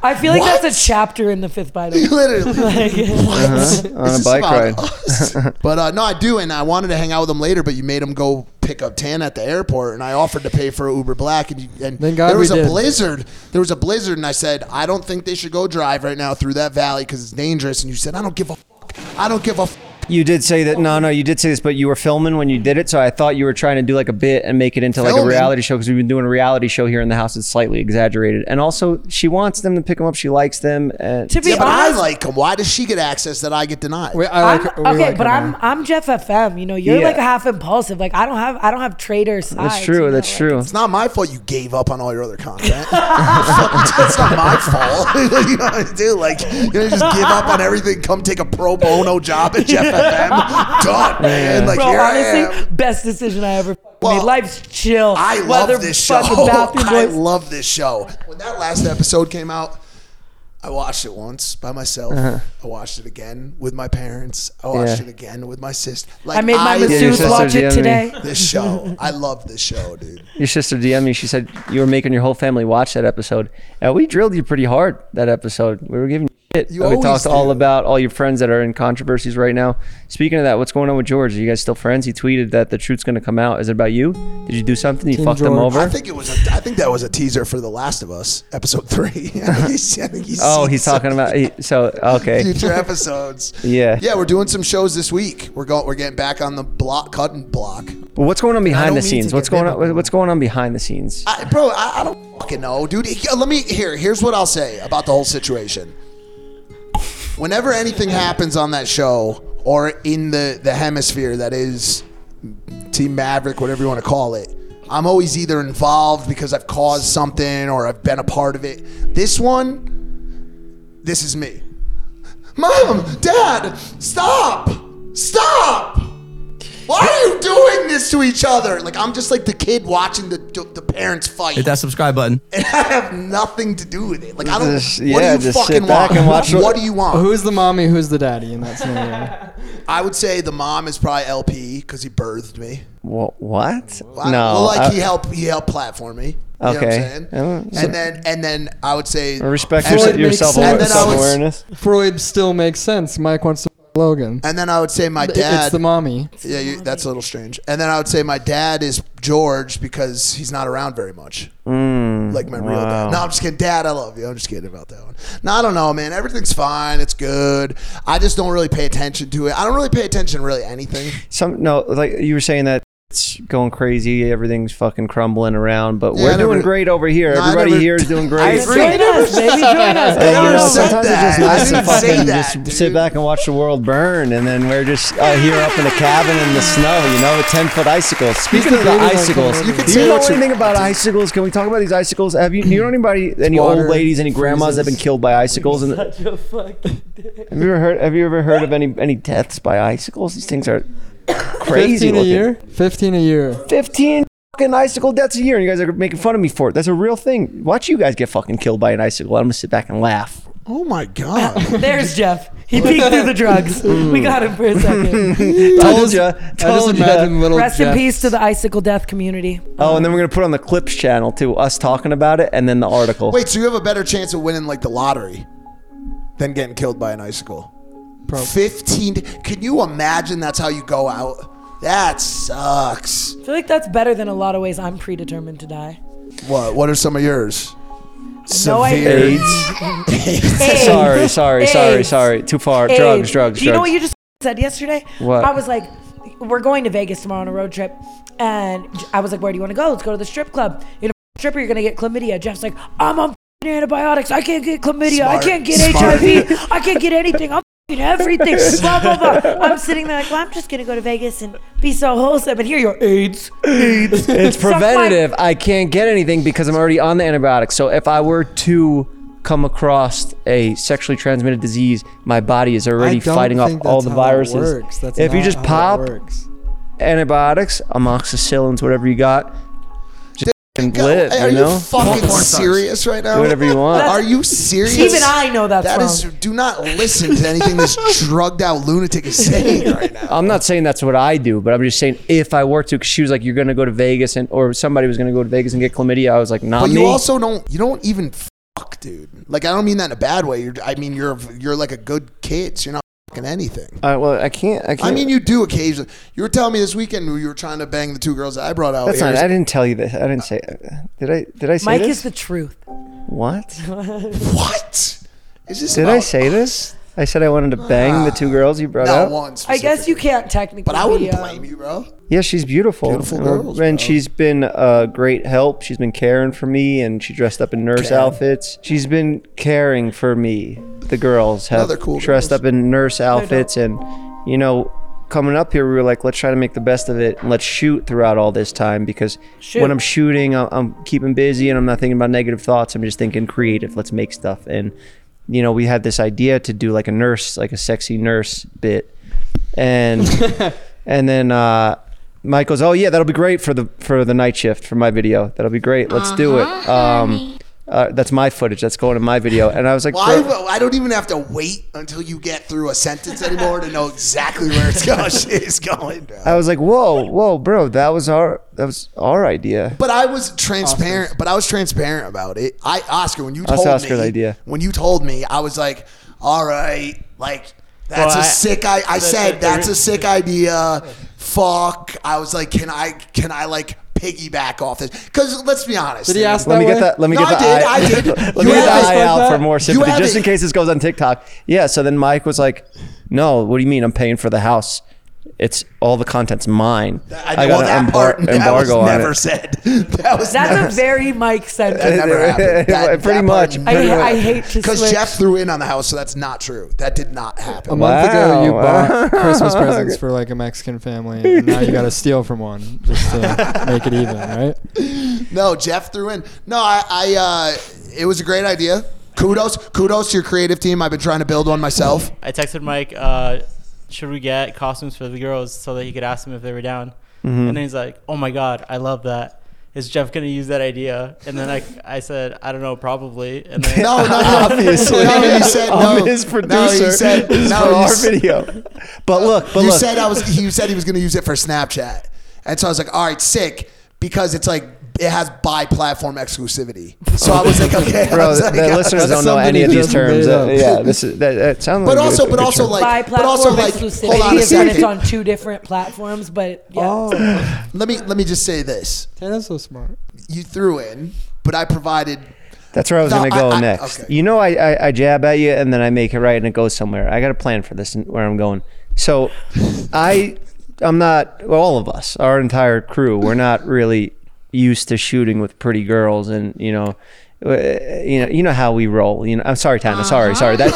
I feel like that's a chapter in the fifth Bible.
Literally, what?
On
Is
a
this
Uh-huh. bike
about
ride.
us? but uh, no, I do, and I wanted to hang out with him later, but you made him go pick up Tan at the airport, and I offered to pay for Uber Black, and you, and
Thank God
there
we
was a
did.
blizzard. There was a blizzard, and I said I don't think they should go drive right now through that valley because it's dangerous. And you said I don't give a, fuck. I don't give a. Fuck.
You did say that. No, no, you did say this, but you were filming when you did it, so I thought you were trying to do like a bit and make it into like a
Filming?
reality show because we've been doing a reality show here in the house. It's slightly exaggerated, and also she wants them to pick them up. She likes them. And
To be
Yeah, but I
honest,
like him. Why does she get access that I get denied?
Wait, I
I'm,
like, we
okay,
like
but
her
I'm
now.
I'm Jeff FM. You know, you're
Yeah.
like half impulsive. Like I don't have I don't have traitor sides.
that's
you
true.
know,
That's
like,
true.
It's not my fault you gave up on all your other content. it's not my fault. you know what I do? Like, you know, just give up on everything. Come take a pro bono job at Jeff FM. Done, man. Like,
Bro,
here I
honestly,
am.
best decision I ever fucking
Well,
made. Life's chill.
I love
Whether
this show.
fucking bathroom
I
doors-
love this show. When that last episode came out, I watched it once by myself.
Uh-huh.
I watched it again with my parents. I watched
Yeah.
it again with my sister. Like,
I made my
your
masseuse
sister
watch it
DM'd me.
today.
This show. I love this show, dude.
Your sister DM me. She said you were making your whole family watch that episode, and we drilled you pretty hard that episode. We were giving you shit.
You
we
always
talked
do.
all about all your friends that are in controversies right now. Speaking of that, what's going on with George? Are you guys still friends? He tweeted that the truth's going to come out. Is it about you? Did you do something? You
Team
fucked him
George.
over?
I think it was. A, I think that was a teaser for The Last of Us, episode three. I think he's, I think he's
oh,
seen
he's
some
talking about he, so okay.
future episodes.
Yeah.
yeah, we're doing some shows this week. We're going. We're getting back on the block, cutting block.
But what's going on behind
don't
the
mean to
scenes?
get
What's going
biblical.
on? What's going on behind the scenes?
I, bro, I, I don't fucking know, dude. Here, Let me here. Here's what I'll say about the whole situation. Whenever anything happens on that show or in the the hemisphere that is Team Maverick, whatever you want to call it. I'm always either involved because I've caused something or I've been a part of it. This one, this is me. Mom, Dad, stop! Stop! Why are you doing this to each other? Like I'm just like the kid watching the the parents fight.
Hit that subscribe button.
and I have nothing to do with it. Like I don't.
Just-
what
yeah,
do you
just
fucking
sit back
want?
and watch
what
what-
do you want?
Who's the mommy? Who's the daddy in that scenario?
I would say the mom is probably LP because he birthed me.
Wha- what?
I-
no.
well, like he
I-
helped he helped platform me. You know what I'm
Okay.
saying?
I don't-
and then and then I would say
respect
and
your,
then-
Floyd
your
makes
self
sense. And then I was-
awareness.
Freud still makes sense. Mike wants to f- Logan.
And then I would say my
It-
dad.
It's the mommy.
yeah, you, that's a little strange. And then I would say my dad is George because he's not around very much.
Hmm.
like my real dad. No, I'm just kidding. Dad, I love you. I'm just kidding about that one. No, I don't know, man. Everything's fine. It's good. I just don't really pay attention to it. I don't really pay attention to really anything.
Some no, like you were saying that it's going crazy. Everything's fucking crumbling around, but
Yeah, I
we're doing
never-
great over here.
No, I
Everybody
never-
here is doing great.
I
Join
agree.
us, baby. Join us.
And,
I
you
never
know,
said
sometimes it's just
that. I
nice to
didn't say
fucking
that,
just
dude.
sit back and watch the world burn, and then we're just uh, here up in a cabin in the snow, you know, with ten foot icicles. Speaking of the
baby like
icicles,
coming
over here.
do
You
you
can
know
say what you
anything about icicles? Can we talk about these icicles? Have you, do you know anybody, any
water,
old ladies, any grandmas that have been
freezes.
killed by icicles? And have you ever heard? Have you ever heard of any any deaths by icicles? These things are crazy.
Fifteen a
looking.
year. Fifteen a year.
15 fucking icicle deaths a year and you guys are making fun of me for it. That's a real thing. Watch you guys get fucking killed by an icicle. I'm gonna sit back and laugh.
Oh my god.
There's Jeff. He peeked through the drugs.
Mm.
We got him for a second.
Told ya.
I just
Told
imagine
ya.
little
Rest
Jeff.
in peace to the icicle death community.
Oh, and then we're gonna put on the clips channel too, us talking about it and then the article.
Wait, so you have a better chance of winning like the lottery than getting killed by an icicle?
Probably.
15. Can you imagine that's how you go out? That sucks.
I feel like that's better than a lot of ways I'm predetermined to die.
What what are some of yours?
No, I-
AIDS.
AIDS.
sorry, sorry, sorry,
AIDS.
sorry. Too far.
Hey,
Drugs, drugs,
Do you know
drugs.
what you just said yesterday?
What?
I was like, we're going to Vegas tomorrow on a road trip, and I was like, where do you want to go? Let's go to the strip club. You know, stripper, you're gonna get chlamydia. Jeff's like, I'm on f***ing antibiotics. I can't get chlamydia.
Smart.
I can't get
Smart.
HIV. I can't get anything. I'm f***ing everything. Blah blah blah. I'm sitting there like, well, I'm just gonna go to Vegas and be so wholesome. And here you're AIDS. AIDS.
it's
Suck my-
preventative. I can't get anything because I'm already on the antibiotics. So if I were to come across a sexually transmitted disease, my body is already
I don't
fighting off
think
all
that's
the
how it
viruses.
works. That's
if you
not
just
how it
pop
works.
antibiotics, amoxicillins, whatever you got, just fucking live,
Are
you
you,
know?
fucking
porn stars.
serious right now?
Do whatever you want.
Are you serious?
Even I know that's
That
wrong.
is. Do not listen to anything this drugged out lunatic is saying right now.
I'm not saying that's what I do, but I'm just saying if I were to, 'cause she was like, "You're gonna go to Vegas," and or somebody was gonna go to Vegas and get chlamydia. I was like, "Not
But
me."
you also don't. You don't even fuck, dude. Like I don't mean that in a bad way. You're, I mean you're you're like a good kid. So you're not fucking anything.
Uh, well, I can't. I can't.
I mean you do occasionally. You were telling me this weekend you were trying to bang the two girls that I brought out.
that's
here.
not. I didn't tell you this. I didn't say. Did I? Did I say
Mike
this?
is the truth.
what?
what? Is this?
Did I
about-
say this? I said I wanted to bang the two girls you brought
Not
up.
one.
I guess you can't technically.
But I wouldn't
be, uh,
blame you, bro.
Yeah, she's beautiful.
Beautiful
And, uh,
girls,
and
bro.
she's been a great help. She's been caring for me, and she dressed up in nurse
Caring.
outfits. She's been caring for me. The girls have
they're cool
dressed
girls.
up in nurse outfits, and you know, coming up here, we were like, let's try to make the best of it, and let's shoot throughout all this time because
Shoot.
when I'm shooting, I'm, I'm keeping busy, and I'm not thinking about negative thoughts. I'm just thinking creative. Let's make stuff, and you know, we had this idea to do like a nurse, like a sexy nurse bit, and. And then uh, Mike goes, "Oh yeah, that'll be great for the for the night shift for my video. That'll be great. Let's do it."
Uh-huh,
Um, uh, that's my footage. That's going in my video. And I was like,
Why?
"Bro,
I don't even have to wait until you get through a sentence anymore to know exactly where it's going. shit is going. bro.
I was like, whoa, whoa, bro, that was our that was our idea.
But I was transparent. But I was transparent about it. I Oscar, when you
That's
told
Oscar's
me,
idea.
when you told me, I was like, all right, like that's
Well,
a
I-
sick. I, I said
the-
that's a sick idea. Fuck. I was like, can I can I like piggyback off this? Because let's be honest.
Did he ask
Let me
that
get
way?
that. Let me
No,
get the
I
eye.
did, I did.
Let
You
me get
asked
the eye
like
out
that?
for more
You
sympathy,
have
just
it.
in case this goes on TikTok. Yeah. So then Mike was like, "No, what do you mean? I'm paying for the house." It's all the content's mine.
I, know well, that
embar-
part that was
embargo on
never
it.
said. That was
That's
never
a very Mike
That
centric.
never happened. That,
Pretty
that
much.
I,
Pretty much.
I hate to
Because
switch.
Jeff threw in on the house, so that's not true. That did not
A
happen.
month ago, you
Wow.
bought Christmas presents for like a Mexican family, and now you got to steal from one just to make it even, right?
No, Jeff threw in. No, I. I uh, it was a great idea. Kudos, kudos to your creative team. I've been trying to build one myself.
I texted Mike, uh, should we get costumes for the girls so that he could ask them if they were down? And then he's like, oh my God, I love that. Is Jeff going to use that idea? And then I, I said, I don't know, probably. And then
No, no, no.
Obviously,
no, you said
I'm
no.
his producer.
No, you said
this is
no.
for
you
our
s-
video. But look, but
you
look.
said I was. You said he was going to use it for Snapchat, and so I was like, all right, sick, because it's like it has bi-platform exclusivity. So I was like, okay, I
Bro,
was
the,
like,
the listeners don't know
somebody
any of these
just made
terms.
up.
Uh, yeah, this is that, that sounds.
But
like a
also,
good-
but
good
also
term.
like,
By
but also
platform
like, hold on
exclusivity,
a
if that it's on
second. Oh.
two different platforms, but yeah.
Let me let me just say this.
Tana's so smart.
You threw in, but I provided.
that's where I was
No,
gonna
I-
go
I-
next.
okay.
You know, I, I I jab at you and then I make it right and it goes somewhere. I got a plan for this and where I'm going. So, I I'm not. Well, all of us, our entire crew, we're not really used to shooting with pretty girls, and you know. uh, You know, you know how we roll. You know, I'm sorry, Tana. Sorry, sorry. That,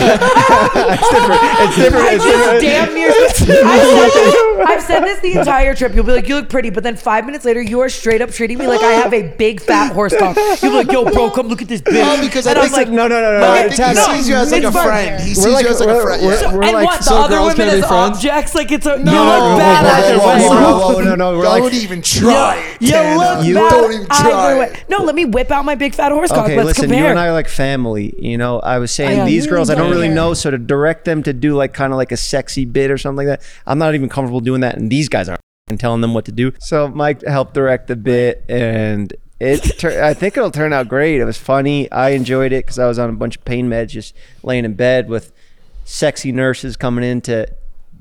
it's different. It's different.
I
It's
just
different.
damn near. I've said, this, I've said this the entire trip. You'll be like, "You look pretty," but then five minutes later, you are straight up treating me like I have a big fat horse cock. You'll be like, "Yo, bro, come look at this bitch."
No, Oh, because I
and
think
I'm like,
no, no, no, no.
No,
Okay,
I think he
no,
sees you as like a
it's fine.
friend. He
We're
sees
like-
you as like a
we're-
friend.
we're-
yeah.
we're
and
like,
what? The
so
other
girls
women
can be
as
friends?
objects? Like it's a you
No,
look bad
whoa,
either
whoa,
way,
whoa,
bro.
whoa,
No, no, no, we're
don't
like-
even try. it,
You
Tana.
look
You-
bad
don't even try.
either
it.
way. No, let me whip out my big fat horse cock.
okay,
Let's
listen,
compare.
you and I are like family. You know, I was saying
I
these
really
girls I don't
don't
really
care.
know, so to direct them to do like kind of like a sexy bit or something like that, I'm not even comfortable doing that, and these guys aren't and telling them what to do. So Mike helped direct the bit, and it tur- I think it'll turn out great. It was funny. I enjoyed it because I was on a bunch of pain meds, just laying in bed with sexy nurses coming in to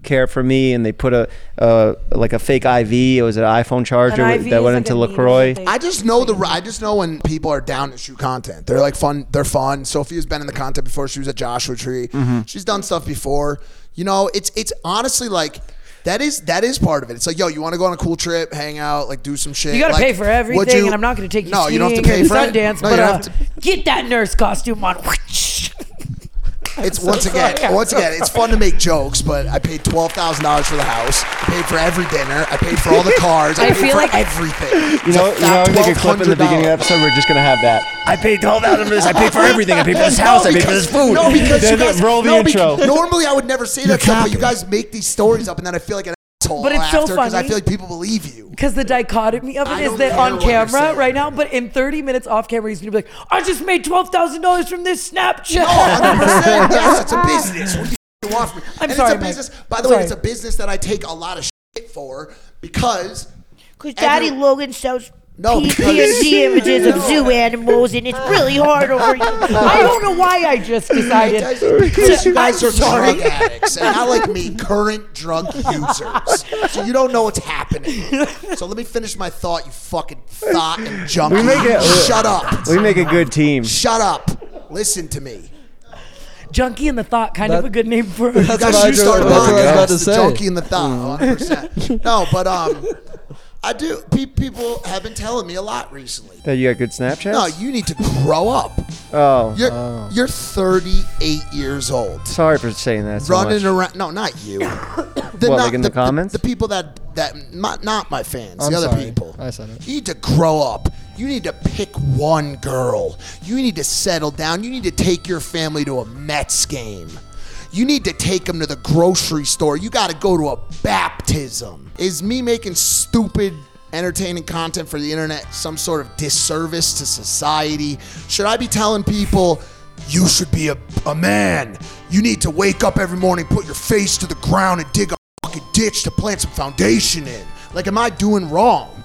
care for me and they put a uh, like a fake iv it was an iphone charger
An IV
that
is
went
like
into
a needle
lacroix
that they-
I just know the. I just know when people are down to shoot content. They're like fun. They're fun. Sophia's been in the content before. She was at Joshua Tree. She's done stuff before. You know, it's it's honestly like that is that is part of it. It's like, yo, you want to go on a cool trip, hang out, like do some shit.
You gotta
Like,
pay for
would
everything,
you-
and I'm not gonna take you.
No, you don't have to pay
skiing
for
or
it.
Sundance,
No,
but
you don't
uh,
have to-
get that nurse costume on.
It's once again,
sorry. I'm
once again, it's fun to make jokes, but I paid twelve thousand dollars for the house. I paid for every dinner. I paid for all the cars. I,
I
paid
feel
for
like-
everything.
You know, you know, we make a clip in the beginning of
$1,200.
the episode. We're just gonna have that. I paid twelve thousand for this. I paid for everything. I paid for this house. I paid for this food.
No, because you
then
guys,
roll the
no,
intro.
Because, normally I would never say that stuff, but you guys make these stories up, and then I feel like an asshole.
But it's so
after 'cause I
funny.
feel like people believe you.
Because the dichotomy of
I
it is
don't
that
care
on
what you're
camera
saying.
right now, but in 30 minutes off camera, he's gonna be like, "I just made twelve thousand dollars from this Snapchat."
No, 100%. yes, it's a business. What do you want from me?
I'm
and
sorry,
it's a
Mike.
business. By the way,
Sorry.
it's a business that I take a lot of shit for because
Because Daddy
Every-
Logan sells
No,
P-
because-
PNG images of zoo animals, and it's really hard over you.
I don't know why I just decided.
because you guys are
sorry.
drug addicts and not like me, current drug users. So you don't know what's happening. So let me finish my thought. You fucking thought and jump.
We make it-
Shut up.
We make a good team.
Shut up. Listen to me.
Junkie and the thought, kind of
That-
a good name for.
That's
Guys,
what I
you
just-
started
that's what I was
podcast,
about to
the
say.
junkie and the thought, 100%. No, but um, I do. Pe- people have been telling me a lot recently.
That you got good Snapchat.
No, you need to grow up.
oh,
You're you're 38 years old.
sorry for saying that. So
running
much.
around. No, not you. The,
What, like in the comments?
The, people that that not, not my fans.
I'm
the other
sorry.
people.
I said it.
You need to grow up. You need to pick one girl. You need to settle down. You need to take your family to a Mets game. You need to take them to the grocery store. You got to go to a baptism. Is me making stupid, entertaining content for the internet some sort of disservice to society? Should I be telling people you should be a, a man? You need to wake up every morning, put your face to the ground, and dig a fucking ditch to plant some foundation in? Like, am I doing wrong?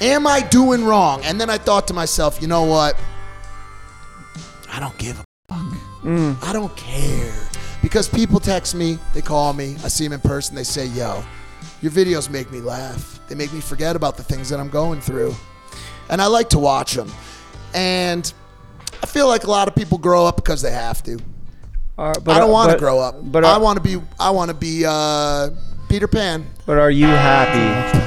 am I doing wrong? And then I thought to myself, you know what? I don't give a fuck.
Mm.
I don't care. Because people text me, they call me, I see them in person, they say, yo, your videos make me laugh. They make me forget about the things that I'm going through. And I like to watch them. And I feel like a lot of people grow up because they have to.
Are-
I don't
are-
want to
Uh, but-
grow up.
But uh,
I
are,
want to be. I want to be uh, Peter Pan.
but are you happy?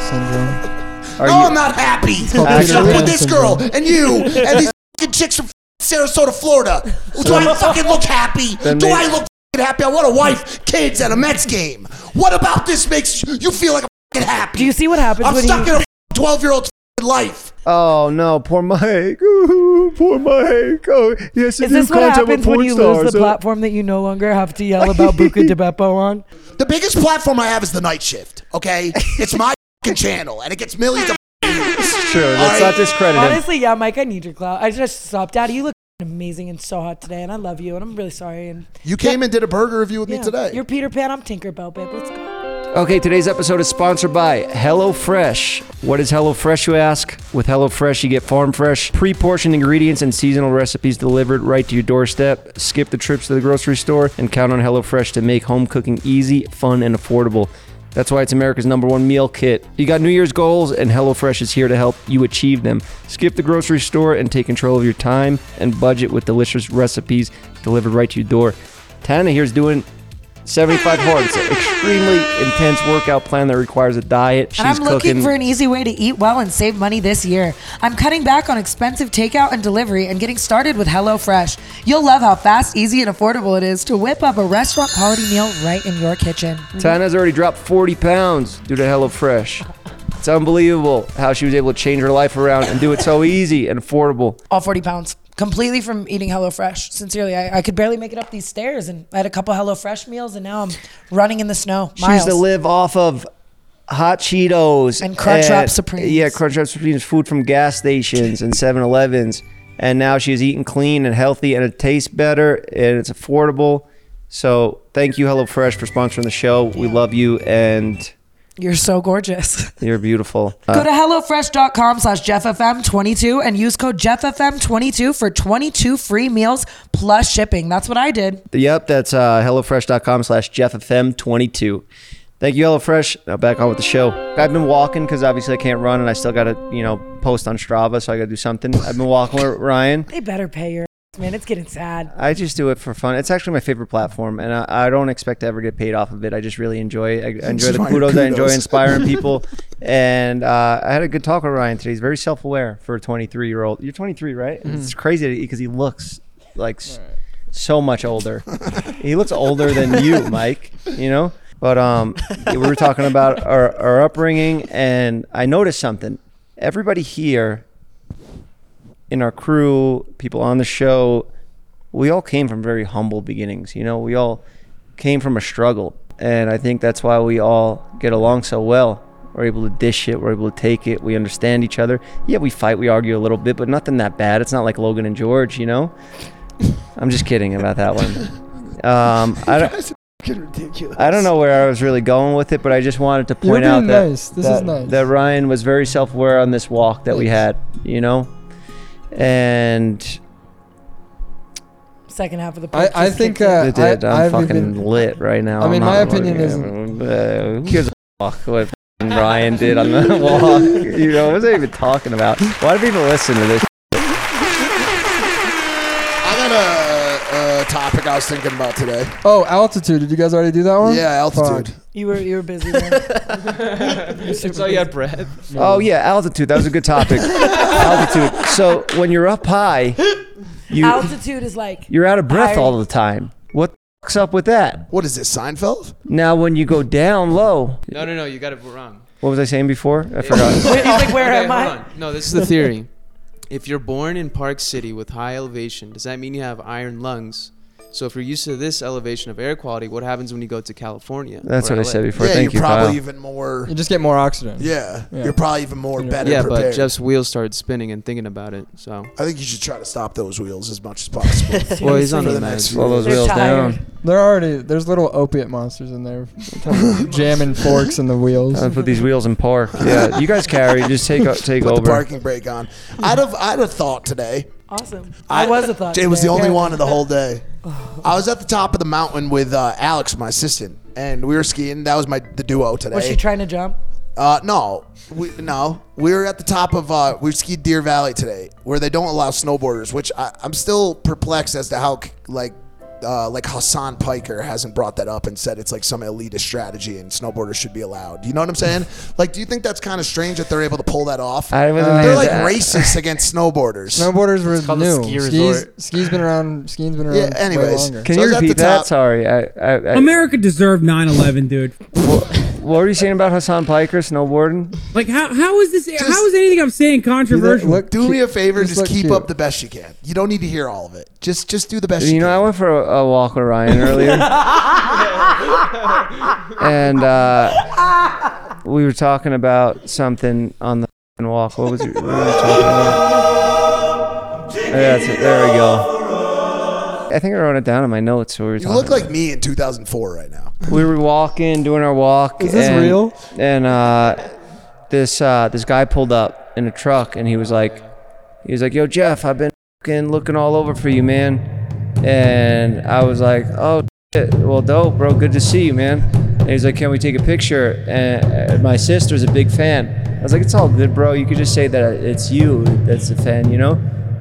Are
no,
you-
I'm not happy.
It's called
What's
Peter
up
Pan
with this girl
syndrome.
and you and these fucking chicks from Sarasota, Florida? Do I fucking look happy?
Then
Do
they-
I look fucking happy? I want a wife, kids, and a Mets game. What about this makes you feel like I'm fucking happy?
Do you see what happens
I'm
when
stuck
you?
in a twelve-year-old life.
Oh no, poor Mike. Ooh, poor Mike. Oh, he has to
Is
do
this what happens
content with
when
porn
you
stars.
lose the
Oh.
platform that you no longer have to yell about Buca de Beppo on?
The biggest platform I have is the night shift. Okay, it's my fucking channel, and it gets millions of
Sure, let's not discredit him.
Honestly, yeah, Mike, I need your clout. I just stopped, Daddy. You look amazing and so hot today, and I love you, and I'm really sorry. And
You came and did a burger review with
yeah,
me today.
you're Peter Pan. I'm Tinkerbell, babe. Let's go.
Okay, today's episode is sponsored by HelloFresh. What is HelloFresh, you ask? With HelloFresh, you get farm fresh, pre portioned ingredients and seasonal recipes delivered right to your doorstep. Skip the trips to the grocery store and count on HelloFresh to make home cooking easy, fun, and affordable. That's why it's America's number one meal kit. You got New Year's goals, and HelloFresh is here to help you achieve them. Skip the grocery store and take control of your time and budget with delicious recipes delivered right to your door. Tana here is doing 75 hard. It's an extremely intense workout plan that requires a diet. She's
and I'm looking
cooking.
for an easy way to eat well and save money this year. I'm cutting back on expensive takeout and delivery and getting started with HelloFresh. You'll love how fast, easy, and affordable it is to whip up a restaurant quality meal right in your kitchen.
Tana's already dropped 40 pounds due to HelloFresh. It's unbelievable how she was able to change her life around and do it so easy and affordable.
All 40 pounds. Completely from eating HelloFresh. Sincerely, I, I could barely make it up these stairs, and I had a couple HelloFresh meals, and now I'm running in the snow.
She used to live off of hot Cheetos
And Crunchwrap Supremes.
Yeah, Crunchwrap Supremes, food from gas stations and 7 Elevens. And now she's eating clean and healthy and it tastes better and it's affordable. So thank you, HelloFresh, for sponsoring the show. We love you and
You're so gorgeous.
you're beautiful. Uh,
Go to HelloFresh.com slash JeffFM22 and use code JeffFM22 for 22 free meals plus shipping. That's what I did.
Yep, that's uh, HelloFresh.com slash JeffFM22. Thank you, HelloFresh. Now back on with the show. I've been walking because obviously I can't run and I still got to, you know, post on Strava, so I got to do something. I've been walking with Ryan.
They better pay your ass, man. It's getting sad.
I just do it for fun. It's actually my favorite platform, and I, I don't expect to ever get paid off of it. I just really enjoy it. I enjoy the
Inspire
kudos. I enjoy
kudos.
inspiring people. and uh, I had a good talk with Ryan today. He's very self aware for a 23 year old. You're 23, right?
Mm-hmm.
It's crazy because he looks like s so much older. he looks older than you, Mike, you know? But um, we were talking about our, our upbringing, and I noticed something. Everybody here in our crew, people on the show, we all came from very humble beginnings. You know, we all came from a struggle. And I think that's why we all get along so well. We're able to dish it, we're able to take it, we understand each other. Yeah, we fight, we argue a little bit, but nothing that bad. It's not like Logan and George, you know? I'm just kidding about that one. Um, I, don't,
ridiculous.
I don't know where I was really going with it, but I just wanted to
You're
point
being
out that,
nice. This is
that,
nice.
that Ryan was very self aware on this walk that we had, you know? And
Second half of the
I,
podcast.
I think uh,
It did.
I,
I, am
I've
fucking
been
lit right now.
I mean,
I'm
my
not
opinion
looking-
isn't-
Uh, who gives a fuck what fucking Ryan did on the walk? You know, what was I even talking about? Why do people listen to this?
I got a, a topic I was thinking about today.
Oh, altitude. Did you guys already do that one?
Yeah, altitude.
Fuck.
you were you were busy. Man.
So you had bread.
Oh yeah, altitude. That was a good topic. altitude. So when you're up high, you
Altitude is like
you're out of breath
I-
all the time. What the fuck's up with that?
What is this, Seinfeld?
Now when you go down low,
No, no, no. You got it wrong.
what was I saying before? I forgot.
he's like, where
Okay,
am I?
hold on. No, this is the theory. If you're born in Park City with high elevation, does that mean you have iron lungs? So if you're used to this elevation of air quality, what happens when you go to California?
That's
or
what I
LA?
said before.
yeah,
Thank
you're
you,
probably
Kyle.
even more.
You just get more oxygen.
Yeah,
Yeah.
you're probably even more better
Yeah,
prepared.
but Jeff's wheels started spinning and thinking about it. So
I think you should try to stop those wheels as much as possible.
well, he's on
For
the
the next
meds.
few
Slow those
They're
wheels
tired.
down.
There already there's little opiate monsters in there, jamming forks in the wheels.
I'll put these wheels in park. Yeah, you guys carry. Just take o- take
Put
over.
the parking brake on. I'd have I'd have thought today.
Awesome. I, was a thought.
It was the
today.
only one of the whole day. I was at the top of the mountain with uh, Alex, my assistant, and we were skiing. That was my the duo today.
Was she trying to jump?
Uh, no, we, no, we were at the top of uh, we skied Deer Valley today, where they don't allow snowboarders, which I, I'm still perplexed as to how c- like uh, like Hassan Piker hasn't brought that up and said it's like some elitist strategy and snowboarders should be allowed. You know what I'm saying? like, do you think that's kind of strange that they're able to pull that off?
I wasn't
they're
made
like
that-
racist against snowboarders.
Snowboarders were
called a
new.
ski
Skis,
resort.
ski's been around. Skiing's been around.
Yeah,
way
anyways.
longer.
Can you repeat that? Sorry. I, I, I,
America deserved 9/11, dude.
what were you saying about Hassan Piker snowboarding?
Like how how is this? how is anything I'm saying controversial?
do me a favor, just, keep
cute.
up the best you can. You don't need to hear all of it. Just, just do the best.
You know, I went for a, a walk with Ryan earlier, and uh, we were talking about something on the f***ing walk. What was it? What were we talking about? Yeah, that's it. There we go. I think I wrote it down in my notes. What we were
You
talking
look
about.
like me in 2004 right now.
we were walking, doing our walk.
Is this
and,
real?
And uh, this uh, this guy pulled up in a truck, and he was like, he was like, "Yo, Jeff, I've been fucking looking all over for you, man." And I was like, "Oh, shit. well, dope, bro. Good to see you, man." And he's like, "Can we take a picture?" And uh, my sister's a big fan. I was like, "It's all good, bro. You could just say that it's you that's the fan, you know."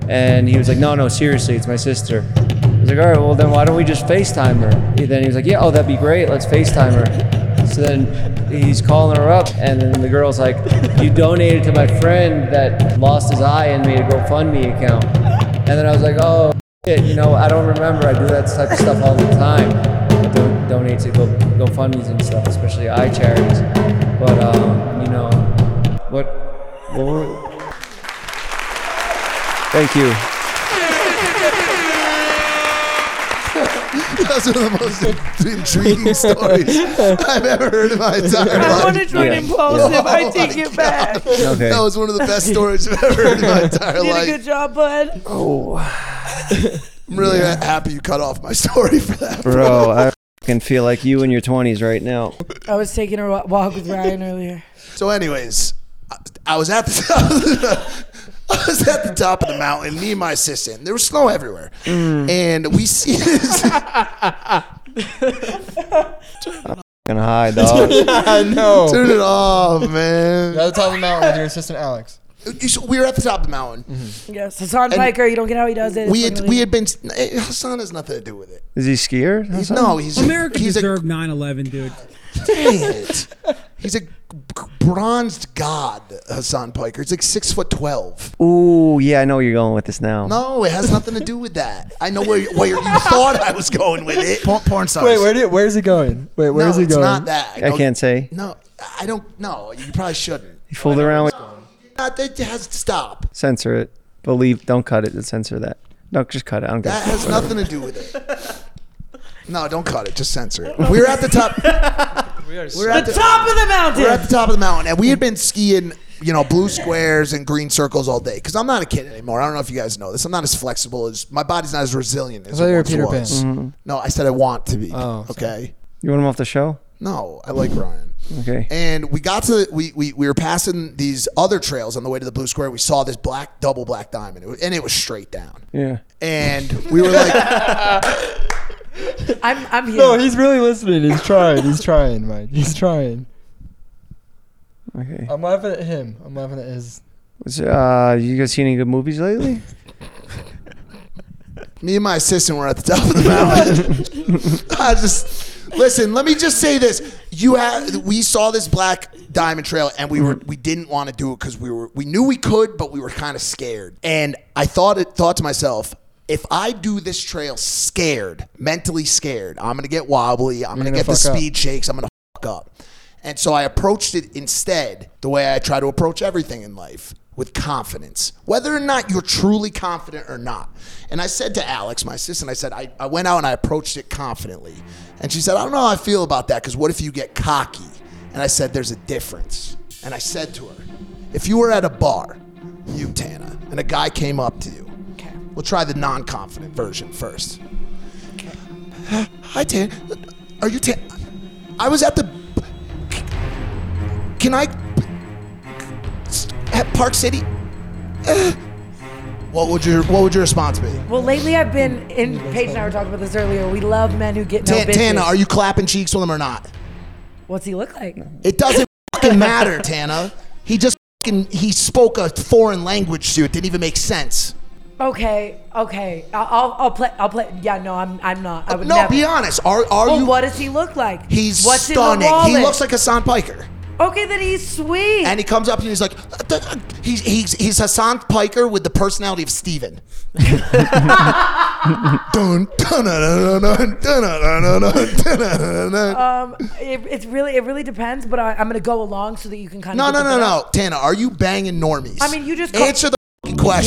And he was like, "No, no, seriously, it's my sister." I was like, all right, well then why don't we just FaceTime her? And then he was like, yeah, oh that'd be great. Let's FaceTime her. So then he's calling her up, and then the girl's like, you donated to my friend that lost his eye and made a GoFundMe account. And then I was like, oh shit, you know, I don't remember. I do that type of stuff all the time. I do- donate to Go GoFundMe's and stuff, especially eye charities. But um, you know, what? what were, Thank you.
That's one of the most intriguing stories I've ever heard in my entire life.
I wanna join Yeah. Impulsive. I take
my
it back.
God.
Okay.
That was one of the best stories I've ever heard in Oh, my entire
Did a
life.
good
job, bud.
Oh. I'm really happy you cut off my story for that.
Bro, I can feel like you in your 20s right now.
I was taking a wa- walk with Ryan earlier.
So, anyways, I, I was at the top. I was at the top of the mountain. Me and my assistant. There was snow everywhere, and we see this.
Fucking high, dog.
know.
Turn it off, man.
At the top of the mountain with your assistant Alex.
We were at the top of the mountain.
Yes, Hassan
And-
Piker. You don't get how he does it. It's
We had
fucking
we
illegal.
had been. eh, Hassan has nothing to do with it.
Is he skier?
He's- no, he's a-
America
he's a-
deserved 9/11, dude.
Dang it. He's a g- bronzed god, Hassan Piker. He's like six foot twelve.
Ooh, yeah, I know where you're going with this now.
No, it has nothing to do with that. I know where, where you thought I was going with it. Porn, porn stars.
Wait, where do, where's he going? Wait,
no,
where's he
it's
going?
not that.
I can't say.
No, I don't. No, you probably shouldn't.
He fooled around with.
Not that it has to stop.
Censor it. Believe. Don't cut it. Censor that. No, just cut it. I don't
That
give a
has
fuck, whatever.
nothing to do with it. No, don't cut it. Just censor it. We're at the top.
We are
We're at
so-
We're at the top of the mountain, and we had been skiing, you know, blue squares and green circles all day. Because I'm not a kid anymore. I don't know if you guys know this. I'm not as flexible as my body's not as resilient as
thought
it
you were
once
Peter Pan.
was.
Mhm.
No, I said I want to be.
Oh,
okay.
You want him off the show?
No, I like Ryan.
Okay.
And we got to we, we we were passing these other trails on the way to the blue square. We saw this black double black diamond, It was- and it was straight down.
Yeah.
And we were like,
I'm, I'm here.
No, he's really listening. He's trying. He's trying, Mike. He's trying.
Okay.
I'm laughing at him. I'm laughing at his.
Was, uh, you guys seen any good movies lately?
me and my assistant were at the top of the mountain. I just listen. Let me just say this: you had we saw this black diamond trail, and we
Mm-hmm.
were we didn't want to do it because we were we knew we could, but we were kind of scared. And I thought it thought to myself. If I do this trail scared, mentally scared, I'm gonna get wobbly. I'm gonna,
You're gonna
get the
fuck up.
speed shakes. I'm gonna fuck up. And so I approached it instead the way I try to approach everything in life with confidence, whether or not you're truly confident or not. And I said to Alex, my assistant, I said, I, I went out and I approached it confidently. And she said, I don't know how I feel about that because what if you get cocky? And I said, There's a difference. And I said to her, If you were at a bar, you, Tana, and a guy came up to you, we'll try the non confident version first. Hi, Tana. Are you Tana? I was at the. Can I. At Park City? Uh, What would your What would your response be?
Well, lately I've been in. Paige and I were talking about this earlier. We love men who get no
Tan-
bitches.
Tana, are you clapping cheeks with him or not?
What's he look like?
It doesn't fucking matter, Tana. He just fucking he spoke a foreign language to you. It didn't even make sense.
Okay, okay. I'll, I'll, I'll play. I'll play. Yeah, no, I'm. I'm not. I would
No,
never.
be honest. Are are
Well,
you?
What does he look like?
He's
What's in the
stunning. He
wallet?
looks like Hassan Piker.
Okay, then he's sweet.
And he comes up and he's like, "Uh, th- uh," he's he's he's Hassan Piker with the personality of Steven. Dun, dun, dun, dun, dun, dun, dun, dun, dun, dun, dun, dun.
um, it, it's really, it really depends. But I, I'm gonna go along so that you can kind
No,
of.
no, no, no. Tana, are you banging normies?
I mean, you just call-
answer the f***ing question.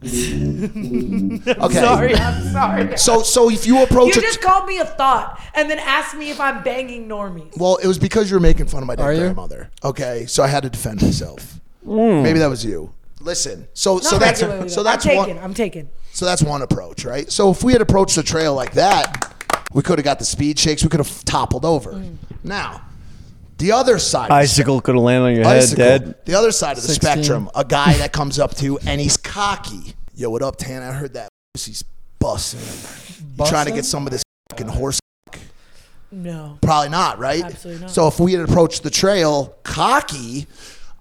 Yes.
Okay.
Sorry, I'm sorry.
So, so if you approach
you
it,
just called me a thought and then asked me if I'm banging normie.
well, it was because you were making fun of my dead
Are you?
grandmother. Okay, so I had to defend myself.
Mm.
Maybe that was you. Listen, so
Not
so that's
regularly,
so
though.
that's
I'm
one.
taken. I'm taken.
So that's one approach, right? So if we had approached the trail like that, we could have got the speed shakes. We could have toppled over. Now, the other side. of the
Icicle could have landed on your head,
Icicle.
Dad.
The other side of the
16.
spectrum, a guy that comes up to you and he's cocky. Yo, what up, Tan? I heard that pussy's busting. You trying to
Bussin'?
get some of this fucking horse?
No.
Probably not, right?
Absolutely not.
So if we had approached the trail cocky,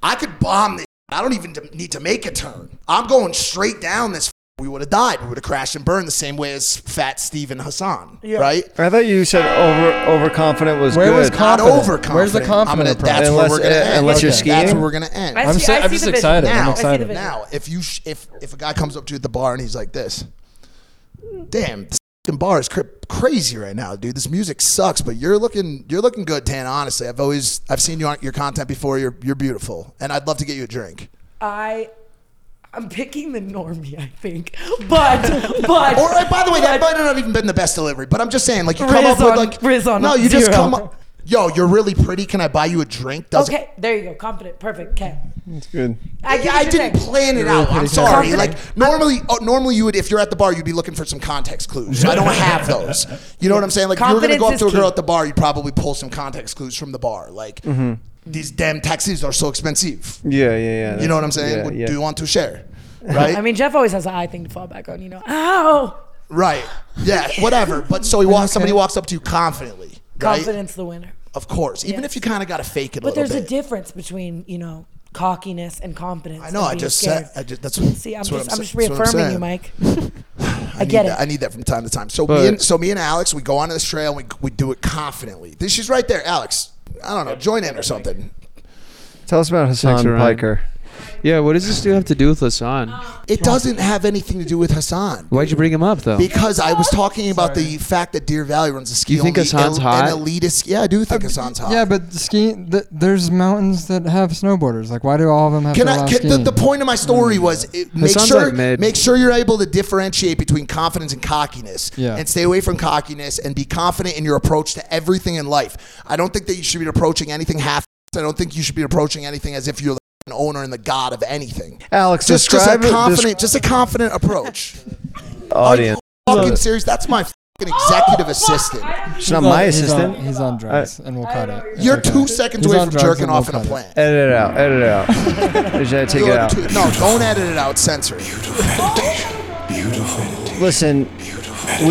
I could bomb this. I don't even need to make a turn. I'm going straight down this. We would have died. We would have crashed and burned the same way as Fat Steven Hassan, right?
I thought you said over overconfident was
Where
good.
was Not confident? overconfident. Where's the I'm gonna- confident approach? that's where
unless,
we're gonna
uh,
end.
Unless you're
Okay.
skiing.
That's where we're gonna end. I
I'm,
see-
so,
I
I'm
see
just
the vision.
excited.
Now- I see
I'm
the
excited.
vision. Now, if you sh- if if a guy comes up to you at the bar and he's like this, damn, this fucking bar is cr- crazy right now, dude. This music sucks, but you're looking you're looking good, Tan. Honestly, I've always I've seen you on your content before. You're you're beautiful, and I'd love to get you a drink.
I. I'm picking the normie, I think, but but.
or uh, by the way, that might not have even been the best delivery. But I'm just saying, like you come
Riz
up with
on-
like
Riz on
no, you just
zero.
come up. Yo, you're really pretty. Can I buy you a drink? Doesn't-
okay, there you go. Confident, perfect. Okay.
That's good.
I,
get what
I
you're
didn't
saying.
plan it
You're
out.
really
I'm
pretty
sorry.
confident.
Like normally, oh, normally you would, if you're at the bar, you'd be looking for some context clues. I don't have those. You know what I'm saying? Like if you were gonna go up
Confidence
to a
is
girl
key.
at the bar, you'd probably pull some context clues from the bar. Like
Mm-hmm.
Mhm.
these damn taxis are so expensive.
Yeah, yeah, yeah.
you know what I'm saying?
Yeah,
Would-
yeah.
Do you want to share? Right.
I mean, Jeff always has an eye thing to fall back on, you know. Ow!
right. Yeah. Whatever. But so he walks. Somebody walks up to you confidently. Right.
Confidence the winner.
Of course. Even if you kind of got to fake it a
But
little
there's
bit.
a difference between, you know, cockiness and confidence.
I know. I just said. I just, that's what.
See, I'm
that's
just,
what
I'm, just
that's what
reaffirming you,
saying.
Mike.
I,
get
need
it.
That, I need that from time to time. So
But-
me and so me and Alex, we go onto this trail and we, we do it confidently. This, she's right there, Alex. I don't know, join in or something.
Tell us about Hassan
Thanks, Orion.
Piker.
Yeah, what does this do have to do with Hassan?
It doesn't have anything to do with Hassan
Why'd you bring him up though?
because I was talking about the fact that Deer Valley runs a ski.
You think
only-
Hassan's Uh, hot?
an elitist. Yeah, I do think Hassan's hot.
Yeah, but skiing. Th- there's mountains that have snowboarders. Like, why do all of them have
Can
to
I,
allow
can, the,
skiing?
the point of my story was it, make
Mm. sounds
sure
like mid.
make sure you're able to differentiate between confidence and cockiness,
Yeah.
and stay away from cockiness and be confident in your approach to everything in life. I don't think that you should be approaching anything half. I don't think you should be approaching anything as if you're the owner and the god of anything.
Alex,
just, just a
describe it-
confident, just a confident approach.
Audience.
Fucking serious. That's my fucking executive assistant.
She's not my
He's on-
assistant.
He's on drugs, and we'll cut it.
You're two seconds
He's
away
on
from
drugs
jerking
and we'll
off in a
cut it.
plant.
Edit it out. Edit it out. I just gotta take it
You're
out.
two- no, don't edit it out. Censor.
Listen, we've,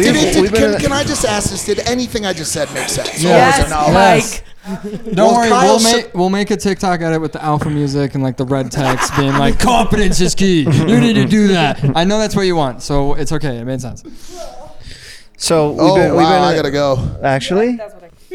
Did it, did-
we've been.
can, can I just ask this? Did anything I just said make sense?
Yes,
Or was it
yes. Don't
Well,
worry,
Kyle
we'll
said-
make we'll make a TikTok edit with the alpha music and like the red text being like confidence is key. You need to do that. I know that's what you want, so it's okay. It made sense.
so we've
Oh,
been, we've
wow,
been
I gotta go.
Actually,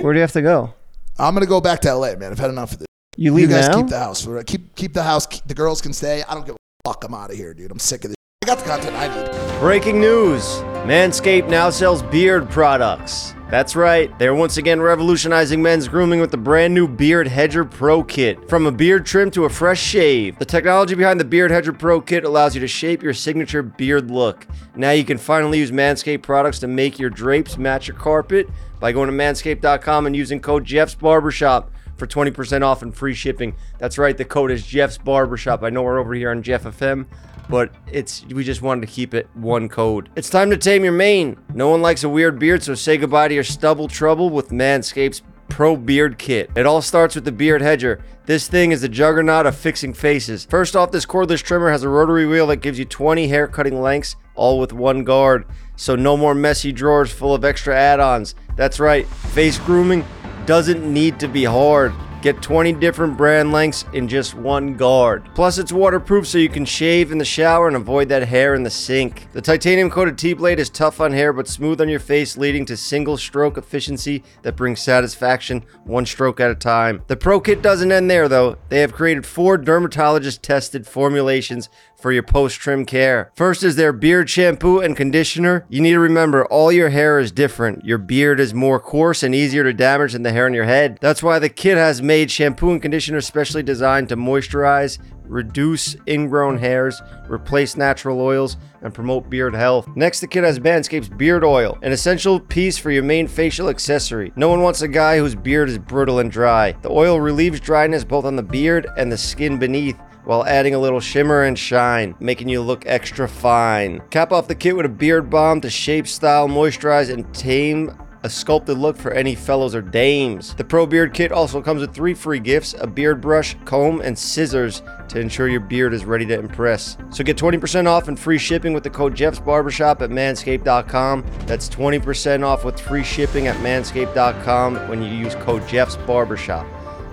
where do you have to go?
I'm gonna go back to LA, man. I've had enough of this.
You leave
guys
now?
keep the house. We're- Keep keep the house. Keep- the girls can stay. I don't give a fuck. I'm out of here, dude. I'm sick of this. I got the content I need.
Breaking news Manscaped now sells beard products. That's right, they're once again revolutionizing men's grooming with the brand new Beard Hedger Pro Kit. From a beard trim to a fresh shave, the technology behind the Beard Hedger Pro Kit allows you to shape your signature beard look. Now you can finally use Manscaped products to make your drapes match your carpet by going to manscaped.com and using code Jeff's Barbershop for 20% off and free shipping. That's right, the code is Jeff's Barbershop. I know we're over here on Jeff FM, but it's we just wanted to keep it one code. It's time to tame your mane. No one likes a weird beard, so say goodbye to your stubble trouble with Manscaped's Pro Beard Kit. It all starts with the Beard Hedger. This thing is the juggernaut of fixing faces. First off, this cordless trimmer has a rotary wheel that gives you 20 hair cutting lengths, all with one guard. So no more messy drawers full of extra add-ons. That's right, face grooming doesn't need to be hard. Get 20 different brand lengths in just one guard. Plus, it's waterproof so you can shave in the shower and avoid that hair in the sink. The titanium coated T blade is tough on hair but smooth on your face, leading to single stroke efficiency that brings satisfaction one stroke at a time. The Pro Kit doesn't end there though. They have created four dermatologist tested formulations for your post trim care. First is their beard shampoo and conditioner. You need to remember all your hair is different. Your beard is more coarse and easier to damage than the hair on your head. That's why the kit has made shampoo and conditioner specially designed to moisturize, reduce ingrown hairs, replace natural oils, and promote beard health. Next, the kit has Manscaped's beard oil, an essential piece for your main facial accessory. No one wants a guy whose beard is brittle and dry. The oil relieves dryness both on the beard and the skin beneath while adding a little shimmer and shine, making you look extra fine. Cap off the kit with a beard balm to shape, style, moisturize, and tame a sculpted look for any fellows or dames. The Pro Beard Kit also comes with three free gifts a beard brush, comb, and scissors to ensure your beard is ready to impress. So get 20% off and free shipping with the code Jeff's Barbershop at manscaped.com. That's 20% off with free shipping at manscaped.com when you use code Jeff's Barbershop.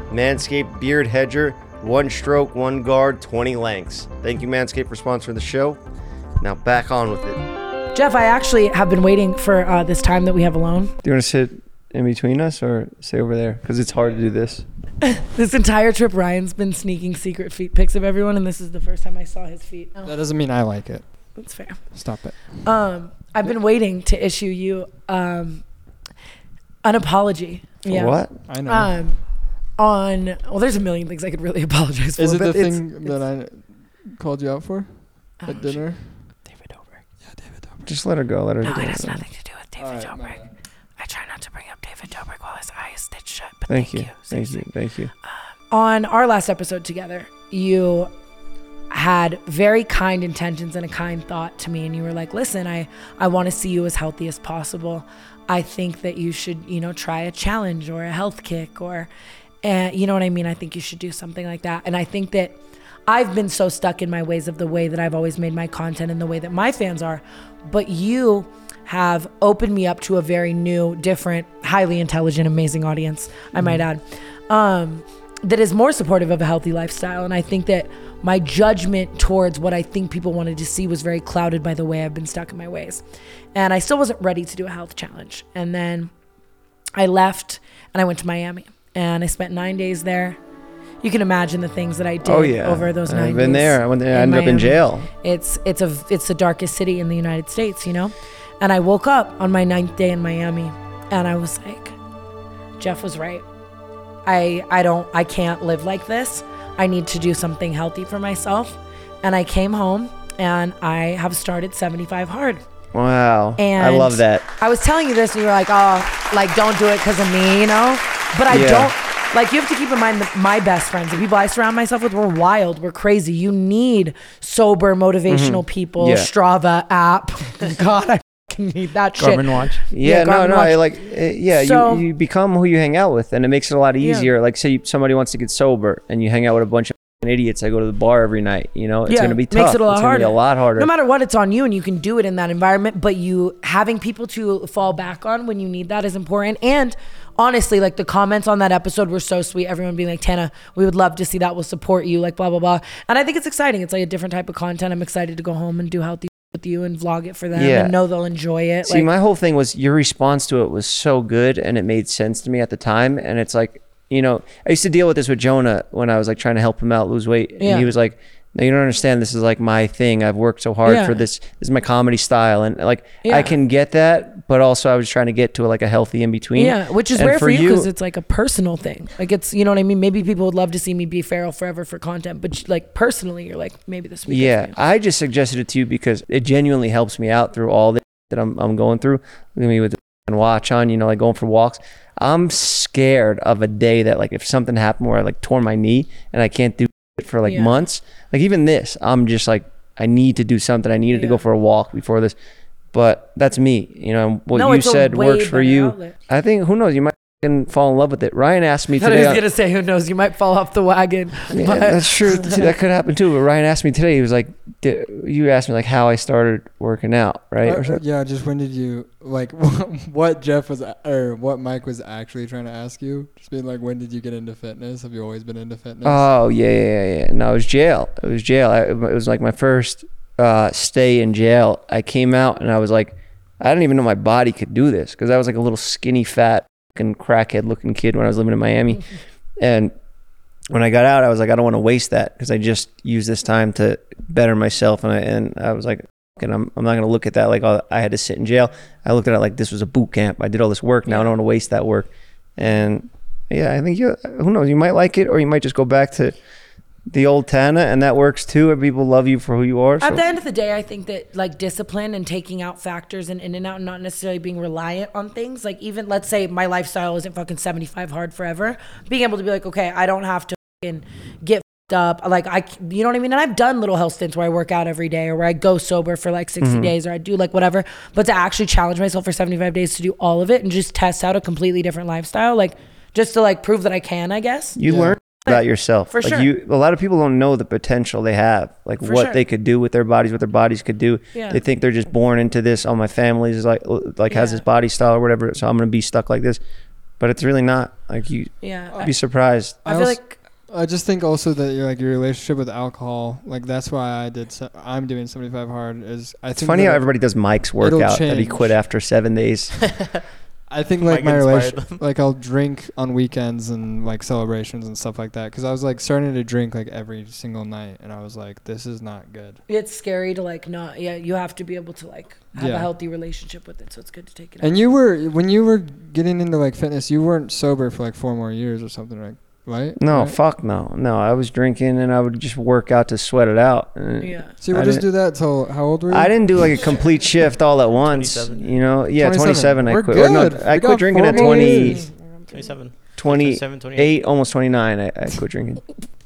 Manscaped Beard Hedger, one stroke, one guard, 20 lengths. Thank you, Manscaped, for sponsoring the show. Now back on with it.
Jeff, I actually have been waiting for uh, this time that we have alone.
Do you want to sit in between us or stay over there? Because it's hard to do this.
This entire trip, Ryan's been sneaking secret feet pics of everyone, and this is the first time I saw his feet.
That doesn't mean I like it.
That's fair.
Stop it.
Um, I've been waiting to issue you um, an apology.
For what? I know.
Um, on well, there's a million things I could really apologize for.
Is it the
but it's-
thing that I called you out for
Oh,
at dinner?
Just let her go. Let her
No,
do
it
it.
has nothing to do with David Dobrik. I try not to bring up David Dobrik while his eye is stitched shut. But
Thank, you. Thank you. Thank you.
on our last episode together, you had very kind intentions and a kind thought to me and you were like, "Listen, I I want to see you as healthy as possible. I think that you should, you know, try a challenge or a health kick or uh, you know what I mean? I think you should do something like that." And I think that I've been so stuck in my ways of the way that I've always made my content and the way that my fans are, but you have opened me up to a very new, different, highly intelligent, amazing audience, I might add, um, that is more supportive of a healthy lifestyle. And I think that my judgment towards what I think people wanted to see was very clouded by the way I've been stuck in my ways. And I still wasn't ready to do a health challenge. And then I left and I went to Miami and I spent nine days there. You can imagine the things that I did
Oh, yeah.
over those
I've
nine
been
days
there. I went there. I ended up in jail.
It's it's a it's the darkest city in the United States, you know. And I woke up on my ninth day in Miami, and I was like, Jeff was right. I I don't I can't live like this. I need to do something healthy for myself. And I came home and I have started 75 hard.
Wow.
And
I love that.
I was telling you this, and you were like, "Oh, like don't do it because of me," you know. But I
Yeah.
don't. Like you have to keep in mind that my best friends, the people I surround myself with, were wild, were crazy. You need sober, motivational
Mhm.
people.
Yeah.
Strava app. God, I fucking need that shit.
Yeah, no,
Garmin
no.
watch.
I like, uh, yeah,
So-
you, you become who you hang out with, and it makes it a lot
Yeah.
easier. Like, say you, somebody wants to get sober, and you hang out with a bunch of f***ing idiots. I go to the bar every night. You know, it's going to be tough.
Makes it a lot
it's gonna
harder.
Be a lot harder.
No matter what, it's on you, and you can do it in that environment. But you having people to fall back on when you need that is important. And honestly, like the comments on that episode were so sweet. Everyone being like, "Tana, we would love to see that. We'll support you." Like blah blah blah. And I think it's exciting. It's like a different type of content. I'm excited to go home and do healthy with you and vlog it for them
Yeah.
and know they'll enjoy it.
See,
like,
my whole thing was your response to it was so good and it made sense to me at the time. And it's like, you know, I used to deal with this with Jonah when I was like trying to help him out lose weight. And
Yeah.
he was like, no, you don't understand. This is like my thing. I've worked so hard
Yeah.
for this. This is my comedy style. And like,
Yeah.
I can get that. But also, I was trying to get to like a healthy in between.
Yeah, which is
And
rare for you because it's like a personal thing. Like it's, you know what I mean. Maybe people would love to see me be feral forever for content, but like personally, you're like maybe this week.
Yeah, I just suggested it to you because it genuinely helps me out through all this that I'm, I'm going through. Look at me with the f***ing watch on, you know, like going for walks. I'm scared of a day that like if something happened where I like tore my knee and I can't do it for like
Yeah.
months. Like even this, I'm just like I need to do something. I needed to go for a walk before this. But that's me, you know. and What
No,
you
it's a
said
way
works for
better
you.
outlet.
I think who knows, you might fucking fall in love with it. Ryan asked me
I thought he
today. uh,
was
on-
gonna say, who knows? You might fall off the wagon.
Yeah,
but-
that's true. too. That could happen too. But Ryan asked me today. He was like, "D- "You asked me like how I started working out, right?"
Uh,
Or something.
yeah, just when did you like what Jeff was or what Mike was actually trying to ask you? Just being like, when did you get into fitness? Have you always been into fitness?
Oh yeah, yeah, yeah, yeah. No, it was jail. It was jail. I, it was like my first uh, stay in jail. I came out and I was like, I didn't even know my body could do this because I was like a little skinny, fat, fucking crackhead looking kid when I was living in Miami. and when I got out, I was like, I don't want to waste that because I just used this time to better myself. And I and I was like, and I'm I'm not gonna look at that like oh, I had to sit in jail. I looked at it like this was a boot camp. I did all this work. Now I don't want to waste that work. And yeah, I think you. Who knows? You might like it, or you might just go back to the old Tana, and that works too. And people love you for who you are.
At
So.
the end of the day, I think that like discipline and taking out factors and in and out, and not necessarily being reliant on things. Like even let's say my lifestyle isn't fucking seventy five hard forever. Being able to be like, okay, I don't have to fucking get fucked up. Like I, c- you know what I mean. And I've done little health stints where I work out every day, or where I go sober for like 60
Mhm.
days, or I do like whatever. But to actually challenge myself for seventy five days to do all of it and just test out a completely different lifestyle, like just to like prove that I can, I guess.
You learn about yourself.
For
like
sure.
you a lot of people don't know the potential they have, like
For
what
sure.
they could do with their bodies, what their bodies could do.
Yeah.
They think they're just born into this. Oh, my family's is like like has this body style or whatever, so I'm gonna be stuck like this. But it's really not. Like you
Yeah,
you'd be surprised.
als- I just think also that you're like your relationship with alcohol, like that's why I did. So, I'm doing 75 hard. Is I
It's
think
funny
that
how
it-
everybody does Mike's
it'll
workout that he
change.
quit after seven days.
I think like
Mike
my
inspired
relation, like I'll drink on weekends and like celebrations and stuff like that. Because I was like starting to drink like every single night, and I was like, this is not good.
It's scary to like not. Yeah, you have to be able to like have
Yeah.
a healthy relationship with it. So it's good to take it.
And
out.
you were when you were getting into like fitness, you weren't sober for like four more years or something, right? Right?
No,
Right?
fuck no. No, I was drinking and I would just work out to sweat it out. Yeah.
So you would just do that till how old were you?
I didn't do like a complete shift all at once. You know, yeah, 27.
27.
I
We're
quit. or no,
good.
I
We
quit
got
drinking
four
at
more
20,
years.
27.
28,
27, 28.
almost 29. I, I quit drinking.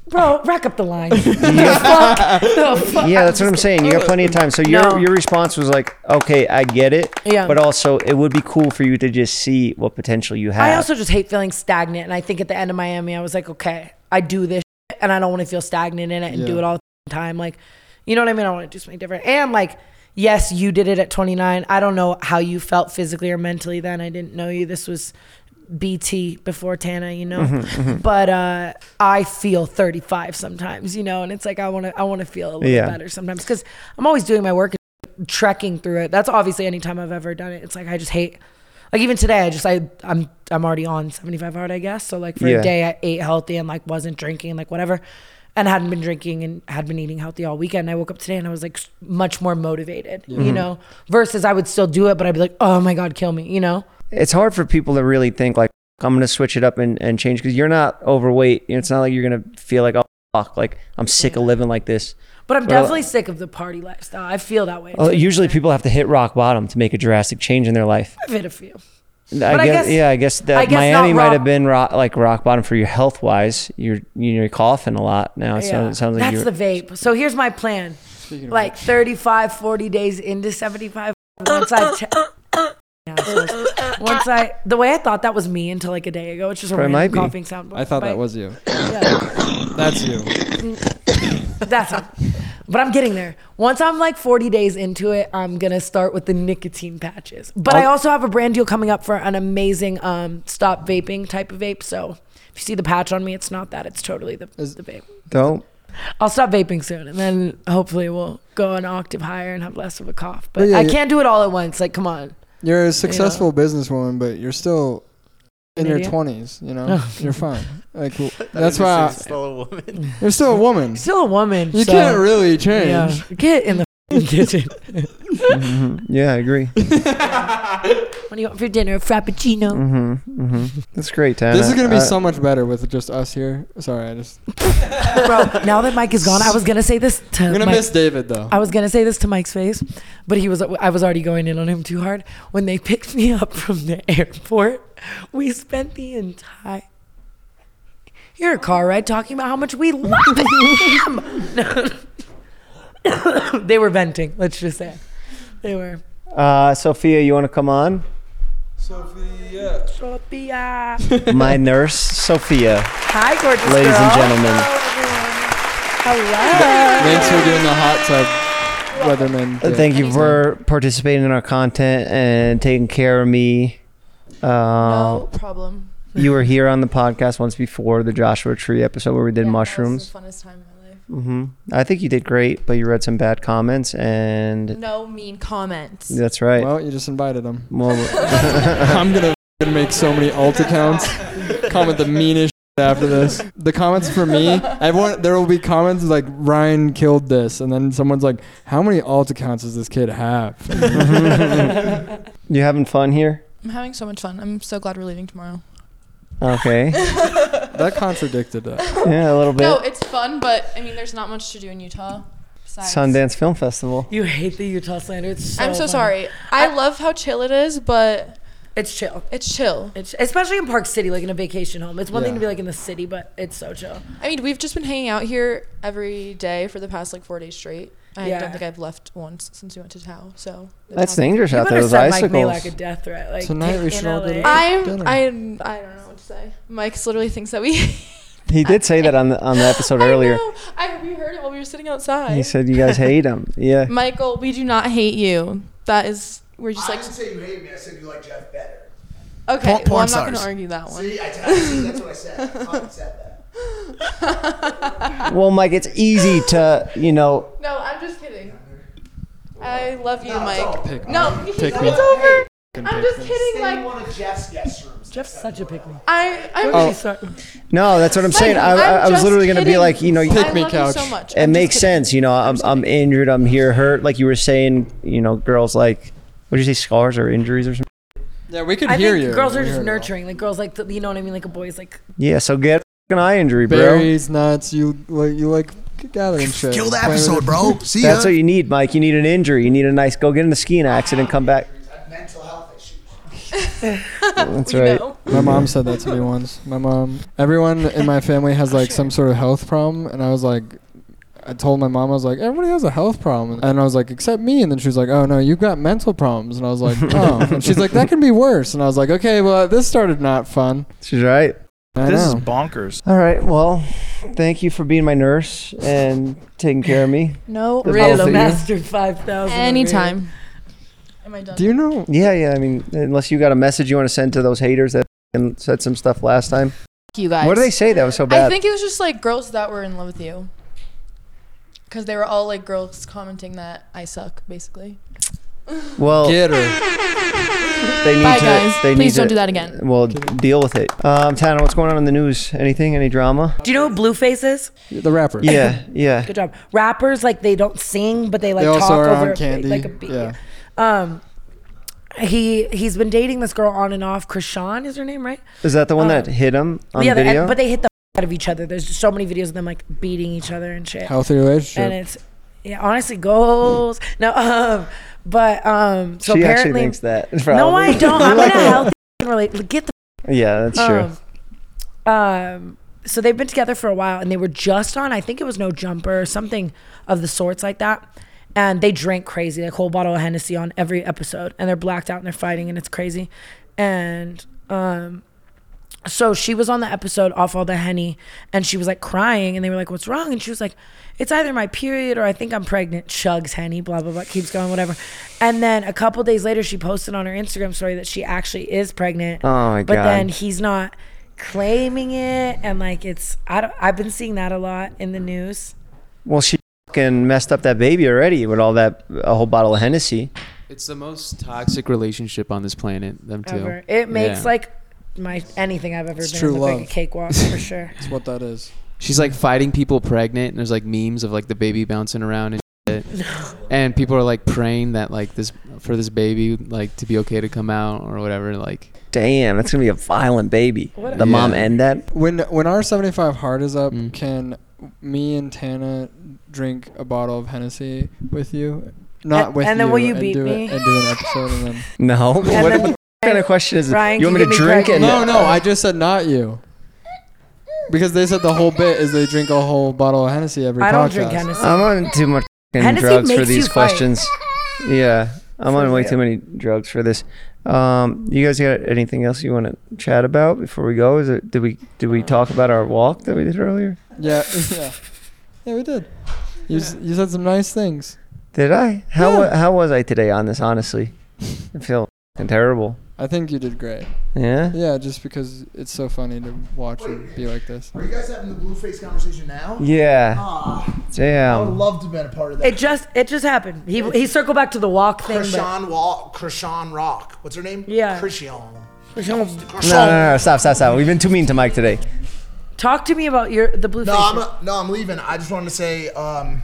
Bro, rack up the line. fuck. The fuck.
yeah, that's what I'm saying. You got plenty of time. So your
No.
your response was like, okay, I get it.
Yeah.
But also, it would be cool for you to just see what potential you have.
I also just hate feeling stagnant. And I think at the end of Miami, I was like, okay, I do this shit, and I don't want to feel stagnant in it and do
Yeah.
it all the time. Like, you know what I mean? I want to do something different. And like, yes, you did it at 29. I don't know how you felt physically or mentally then. I didn't know you. This was BT before Tana, you know?
Mhm, mhm.
But uh, I feel 35 sometimes, you know? And it's like, I want to I want to feel a little
Yeah.
better sometimes because I'm always doing my work and trekking through it. That's obviously any time I've ever done it. It's like, I just hate like even today i just i i'm i'm already on 75 hard i guess so like for
Yeah.
a day i ate healthy and like wasn't drinking like whatever and hadn't been drinking and had been eating healthy all weekend i woke up today and i was like s- much more motivated
Yeah.
you know versus i would still do it but i'd be like oh my god kill me you know
it's hard for people to really think like I'm gonna switch it up and, and change because you're not overweight. You know, It's not like you're gonna feel like oh fuck, like I'm sick of living like this.
but i'm
Well,
definitely sick of the party lifestyle i feel that way
uh, usually people have to hit rock bottom to make a drastic change in their life.
i've hit a few
I
But I
guess,
guess-
yeah, I guess that
I guess
Miami
not
might
rock-
have been rock, like rock bottom for you health wise. You're you know, you're coughing a lot now. So
Yeah.
it sounds like
that's
you're
the vape so here's my plan
of
like 35 40 days into 75 once i te- assholes. once i the way i thought that was me until like a day ago it's just a
Probably
random
might be.
coughing sound
I thought
bite.
that was you.
Yeah.
That's you.
That's not. But I'm getting there. Once I'm like 40 days into it, I'm gonna start with the nicotine patches. But I
I'll-
also have a brand deal coming up for an amazing um, stop vaping type of vape. So if you see the patch on me, it's not that. It's totally the, the vape.
don't
I'll stop vaping soon, and then hopefully we'll go an octave higher and have less of a cough.
But
But
yeah,
I
you-
can't do it all at once. Like, come on.
You're a successful businesswoman, but you're still in
An
your
idiot.
20s. You know,
No.
you're fine. Like w-
is
that's
the
why.
same still a woman.
You're still a woman.
Still a woman.
You
so-
can't really change.
Yeah. Get in the f***ing kitchen.
Mhm. Yeah, I agree.
What do you want for dinner? Frappuccino.
hmm hmm That's great, Tana.
This is gonna be
Uh,
so much better with just us here. Sorry, I just.
Bro, now that Mike is gone, I was gonna say this to.
I'm gonna
Mike-
miss David, though.
I was gonna say this to Mike's face, but he was. I was already going in on him too hard. When they picked me up from the airport, we spent the entire. You're a car ride talking about how much we love him. they were venting. Let's just say, they were.
Uh, Sophia, you want to come on?
Sophia.
Sophia.
My nurse, Sophia.
Hi, gorgeous
Ladies and
girl.
gentlemen.
Thanks
Hello.
for doing the hot tub, weatherman.
Uh, Thank you for participating in our content and taking care of me. Uh, no
problem.
you were here on the podcast once before the Joshua Tree episode where we did mushrooms.
Funnest time of my life.
hmm I think you did great, but you read some bad comments and
No mean comments.
that's right.
Well, you just invited him.
I'm
I'm gonna f***ing make so many alt accounts. Comment the meanest shit after this. The comments for me, everyone there will be comments like Ryan killed this, and then someone's like, "How many alt accounts does this kid have?"
you having fun here?
I'm having so much fun. I'm so glad we're leaving tomorrow.
Okay.
that contradicted that.
Yeah, a little bit.
No, it's fun, but I mean, there's not much to do in Utah. Besides.
Sundance Film Festival.
You hate the Utah slander. It's so
I'm so
funny.
sorry. I, love how chill it is, but
it's chill.
It's chill.
It's especially in Park City, like in a vacation home. It's one thing
Yeah.
to be like in the city, but it's so chill.
I mean, we've just been hanging out here every day for the past like four days straight. I
Yeah.
don't think I've left once since we went to Tao. So
That's dangerous out there. Those icicles.
death threat. Like
Tonight we should all go to
I'm.
dinner.
I. I don't know what to say. Mike's literally thinks that we.
He did say that on the on the episode earlier.
I we heard it while we were sitting outside.
He said you guys hate him. Yeah.
Michael, we do not hate you. That is, we're just like.
I didn't say you hate me. I said you like Jeff better. Porn-
Okay, well,
porn
I'm not going to
stars.
argue that one.
See, I- see, that's what I said. I fucking said that.
Well, Mike, it's easy to you know.
No, I'm just kidding. I love you, Mike.
pick
no,
me.
it's
Pick me.
over.
Fucking
I'm
pick
just
me.
kidding,
Stay
Mike.
in one of Jeff's guest rooms.
Jeff's such a pick me.
I, I'm
Oh. No, that's what I'm saying. I, I, I was
just
literally gonna be
kidding.
like, you know,
I Pick me, love you couch. so much.
It
I'm just
makes
kidding.
sense, you know. I'm I'm injured. I'm here hurt. Like you were saying, you know, girls like, what did you say, scars or injuries or something?
Yeah, we could
I
hear
think
you.
Girls
We
are just
heard it all.
nurturing. Like girls, like you know what I mean. Like a boy's like
Yeah. So get an eye injury, bro.
berries, nuts. You like you like gathering shit.
Kill the
Playing with
episode,
it.
bro. See
That's
ya.
what you need, Mike. You need an injury. You need a nice go get in a skiing accident, come back.
Mental health issues.
That's right.
My mom said that to me once. My mom, everyone in my family has like some sort of health problem, and I was like, I told my mom I was like, everybody has a health problem, and I was like, except me, and then she was like, oh no, you've got mental problems, and I was like, oh, and she's like, that can be worse, and I was like, okay, well this started not fun.
She's right.
I
This is
know.
bonkers.
All right. Well, thank you for being my nurse and taking care of me.
No,
The
real
both of you.
master five thousand.
Anytime. Am I done?
Do you know?
Yeah, yeah. I mean, unless you got a message you want to send to those haters that f***ing said some stuff last time.
you guys.
What did they say that was so bad?
I think it was just like girls that were in love with you. Because they were all like girls commenting that I suck, basically.
well,
Get
They need
Bye,
to.
guys.
They need
Please don't
to-
do that again.
Well, deal with it. Um, Tana, what's going on in the news? Anything? Any drama?
Do you know who Blueface is?
The rapper.
Yeah, yeah.
Good job. Rappers like they don't sing, but they like
They also
talk
are on
over
Candy.
like a beat.
Yeah.
Um, he he's been dating this girl on and off. Krishan is her name, right?
Is that the one
Uh,
that hit him on
yeah, they-
video?
but they hit the out of each other. There's just so many videos of them like beating each other and shit.
Healthy relationship.
And it's yeah, honestly
Hmm.
goals. No, um, but um, so
She actually
apparently
thinks that,
No, I
probably.
don't. I'm in a healthy relationship. Get the
yeah, that's true.
um, um, so they've been together for a while, and they were just on. I think it was no jumper or something of the sorts like that. And they drank crazy, like whole bottle of Hennessy on every episode, and they're blacked out and they're fighting, and it's crazy. And um, so she was on the episode off all the henny, and she was like crying, and they were like, "What's wrong?" And she was like, "It's either my period or I think I'm pregnant." Chugs henny, blah blah blah, keeps going, whatever. And then a couple days later, she posted on her Instagram story that she actually is pregnant.
Oh, my
But
God.
then he's not claiming it and like it's I don't, I've been seeing that a lot in the news.
Well, she fucking messed up that baby already with all that a whole bottle of Hennessy.
It's the most toxic relationship on this planet. Them two.
Ever. It makes
Yeah.
like my anything I've ever
It's
been
true
look
love.
like a cakewalk for sure.
That's what that is.
She's like fighting people pregnant, and there's like memes of like the baby bouncing around and shit. and people are like praying that like this for this baby like to be okay to come out or whatever. Like,
damn, that's gonna be a violent baby.
What
the
a-
mom
Yeah.
and that.
When when our 75 hard is up, can me and Tana drink a bottle of Hennessy with you? Not
And-
with
and then
you,
will you
and
beat
do
me?
It, and do an episode and then.
No.
And
what
then-
what kind of question is it?
Ryan,
you want me
can
to
you get me
drink it?
No, no, I just said not you. Because they said the whole bit is they drink a whole bottle of Hennessy every podcast.
I'm on too much fucking
Hennessy
drugs for
makes you
these
fight.
questions. Yeah, I'm on way too many drugs for this. Um, you guys got anything else you want to chat about before we go? Is it did we did we talk about our walk that we did earlier?
Yeah, yeah, yeah. We did. You s you said some nice things.
Did I? How
Yeah.
wa- how was I today on this? Honestly, I feel fucking terrible.
I think you did great.
Yeah?
Yeah, just because it's so funny to watch and be like this.
Are you guys having the blue face conversation now?
Yeah.
Oh.
Aw. I would
Damn.
love to have been a part of that.
It just it just happened. He he circled back to the walk thing. but-
Krishan Walk, Krishan Rock. What's her name?
Yeah.
Krishan.
No, no, no, no, stop, stop, stop. We've been too mean to Mike today.
Talk to me about your the blue
No,
face.
I'm no, I'm leaving. I just wanted to say, um,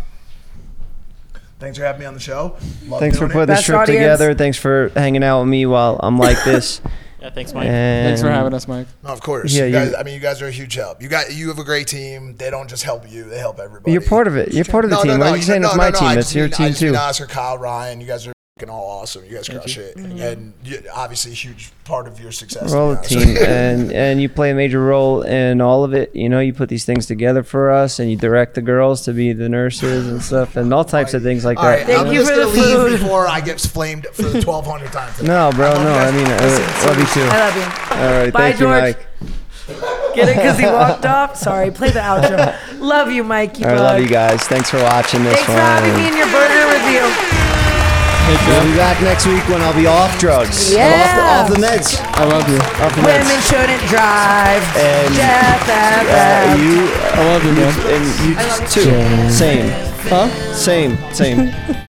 thanks for having me on the show. Love
Thanks for
doing
putting
it.
this trip together. Thanks for hanging out with me while I'm like this. yeah,
thanks,
Mike.
Thanks for having us, Mike.
No, of course.
Yeah,
you
you-
guys, I mean, you guys are a huge help. You got you have a great team. They don't just help you; they help everybody.
You're part of it. You're part of the
No,
team.
no,
Why
no,
are you
no,
saying it's
no,
my
no, I
team?
just
It's your
mean- I
team
just mean
too.
Oscar, Kyle, Ryan, you guys are fucking all awesome. You guys crush it, and you, obviously, a huge part of your success.
We're all
to
a
be
team,
honest.
and and you play a major role in all of it. You know, you put these things together for us, and you direct the girls to be the nurses and stuff, and all types of things like
all right,
that.
I'm just gonna leave before I get flamed for the 1,200 times.
No, bro, no. I mean, uh, I love you too.
I love you.
All right,
Bye,
thank
George.
you, Mike.
Get it? Because he walked off. Sorry. Play the outro. Love you, Mike. You
I
bug.
love you guys. Thanks for watching this
Thanks for
one.
having me in your burger review.
We'll be back next week when I'll be off drugs.
Yeah.
Off the, off the meds. I love you. Off the meds.
Women shouldn't drive.
And-
Jeff
Uh,
F.
you, I love you, man. And you too. Same. Huh? Same. Same.